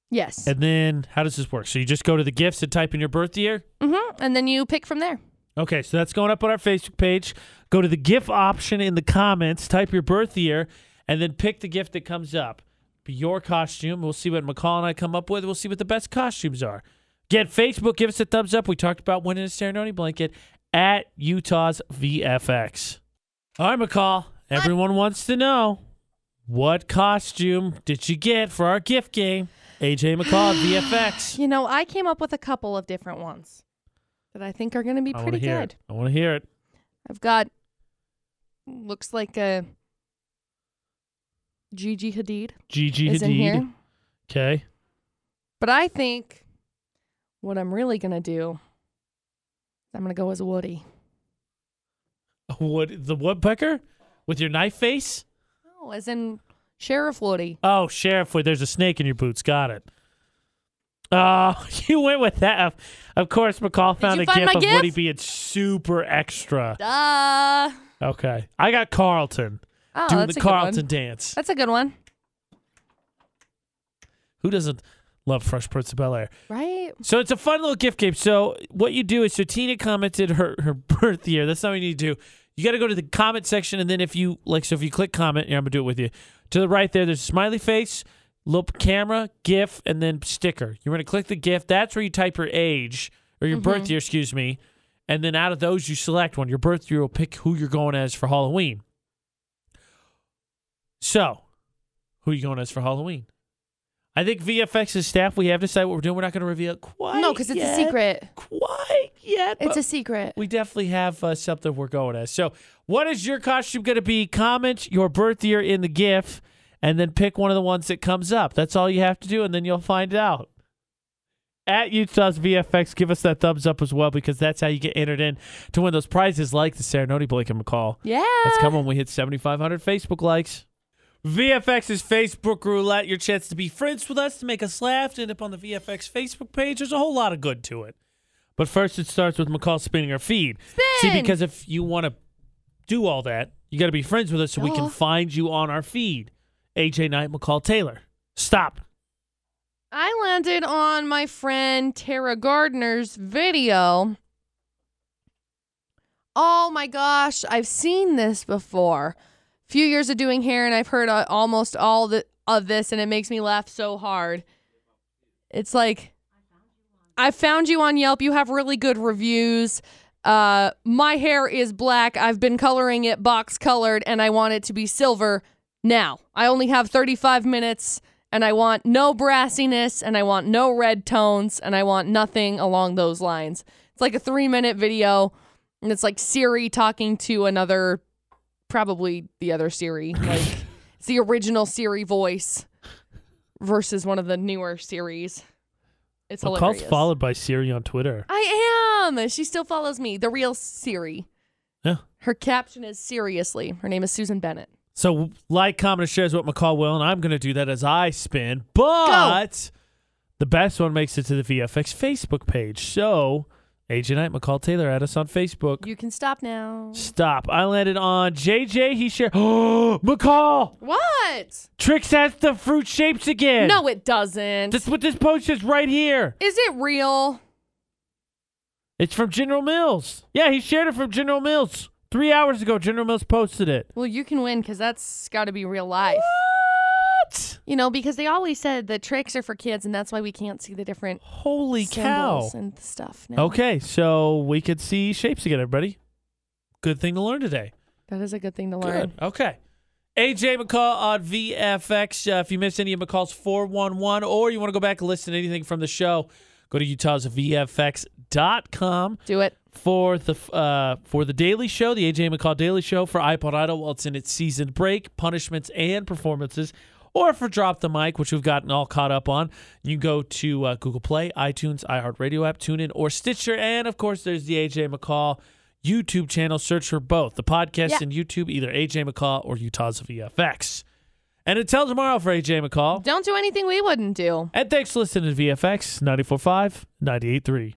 Yes.
and then how does this work? So you just go to the gifts and type in your birth year.
mm-hmm. And then you pick from there.
Okay, so that's going up on our Facebook page. Go to the GIF option in the comments, type your birth year, and then pick the gift that comes up. Be your costume. We'll see what McCall and I come up with. We'll see what the best costumes are. Get Facebook, give us a thumbs up. We talked about winning a ceremony blanket at Utah's VFX. All right, McCall. Everyone wants to know what costume did you get for our gift game? AJ McCall at VFX.
You know, I came up with a couple of different ones that I think are going to be
I want
pretty
to hear
good.
it. I want to hear it.
I've got looks like a Gigi Hadid
Gigi
is in
Hadid.
here.
Okay.
But I think what I'm really gonna do I'm gonna go as Woody.
Wood the woodpecker with your knife face?
Oh, as in Sheriff Woody.
Oh, sheriff, wait, there's a snake in your boots. Got it. Uh, you went with that. Of, of course, McCall found
you
a
find
gif
my
of
gif?
Woody being super extra.
Duh.
Okay. I got Carlton
Oh,
doing
that's
the
a
Carlton
good one.
dance.
That's a good one.
Who doesn't love Fresh Prince of Bel Air?
Right?
So it's a fun little gift game. So what you do is, so Tina commented her her birth year. That's not what you need to do. You got to go to the comment section, and then if you like, so if you click comment, here I'm gonna do it with you. To the right there, there's a smiley face, little camera, GIF, and then sticker. You're gonna click the GIF. That's where you type your age or your birth year, excuse me. And then out of those, you select one. Your birth year will pick who you're going as for Halloween. So, who are you going as for Halloween? I think VFX's staff, we have decided what we're doing. We're not going to reveal it quite
no, because it's
yet.
a secret.
Quite yet.
It's
but
a secret.
we definitely have uh, something we're going as. So, what is your costume going to be? Comment your birth year in the GIF and then pick one of the ones that comes up. That's all you have to do, and then you'll find out. At Utah's VFX, give us that thumbs up as well because that's how you get entered in to win those prizes like the Serenity Blake and McCall.
Yeah.
That's coming when we hit 7,500 Facebook likes. VFX's Facebook roulette, your chance to be friends with us, to make us laugh, to end up on the VFX Facebook page. There's a whole lot of good to it. But first, it starts with McCall spinning our feed. See,
Spin!
because if you want to do all that, you got to be friends with us so we
Duh.
can find you on our feed. AJ Knight, McCall Taylor. Stop.
I landed on my friend Tara Gardner's video. Oh my gosh, I've seen this before. Few years of doing hair, and I've heard uh, almost all the, of this, and it makes me laugh so hard. It's like, I found you on Yelp. You have really good reviews. Uh, my hair is black. I've been coloring it box colored, and I want it to be silver now. I only have 35 minutes and I want no brassiness and I want no red tones and I want nothing along those lines. It's like a three minute video and it's like Siri talking to another, probably the other Siri. Like it's the original Siri voice versus one of the newer series. It's
McCall's
hilarious.
followed by Siri on Twitter.
I am. She still follows me, the real Siri.
Yeah.
Her caption is seriously. Her name is Susan Bennett.
So like, comment, and share is what McCall will, and I'm going to do that as I spin. But the best one makes it to the VFX Facebook page. So AJ Knight, McCall Taylor, at us on Facebook.
You can stop now.
Stop. I landed on JJ. He shared. Oh, McCall!
What?
Trix has the fruit shapes again.
No, it doesn't.
That's what this post is right here.
Is it real?
It's from General Mills. Yeah, he shared it from General Mills. Three hours ago, General Mills posted it.
Well, you can win because that's got to be real life.
What?
You know, because they always said the tricks are for kids, and that's why we can't see the different
Holy cow.
symbols and stuff. Now.
Okay, so we could see shapes again, everybody. Good thing to learn today.
that is a good thing to
Good.
learn.
Okay. AJ McCall on VFX. Uh, if you missed any of McCall's 411 or you want to go back and listen to anything from the show, go to utahsvfx.com
Do it.
for the uh, for the Daily Show, the AJ McCall Daily Show for iPod Idol while it's in its season break, punishments and performances, or for Drop the Mic, which we've gotten all caught up on. You can go to uh, Google Play, iTunes, iHeartRadio app, TuneIn, or Stitcher, and of course there's the AJ McCall YouTube channel. Search for both the podcast
Yeah.
and YouTube, either AJ McCall or Utah's VFX. And until tomorrow for AJ McCall.
Don't do anything we wouldn't do.
And thanks for listening to VFX 945, 983.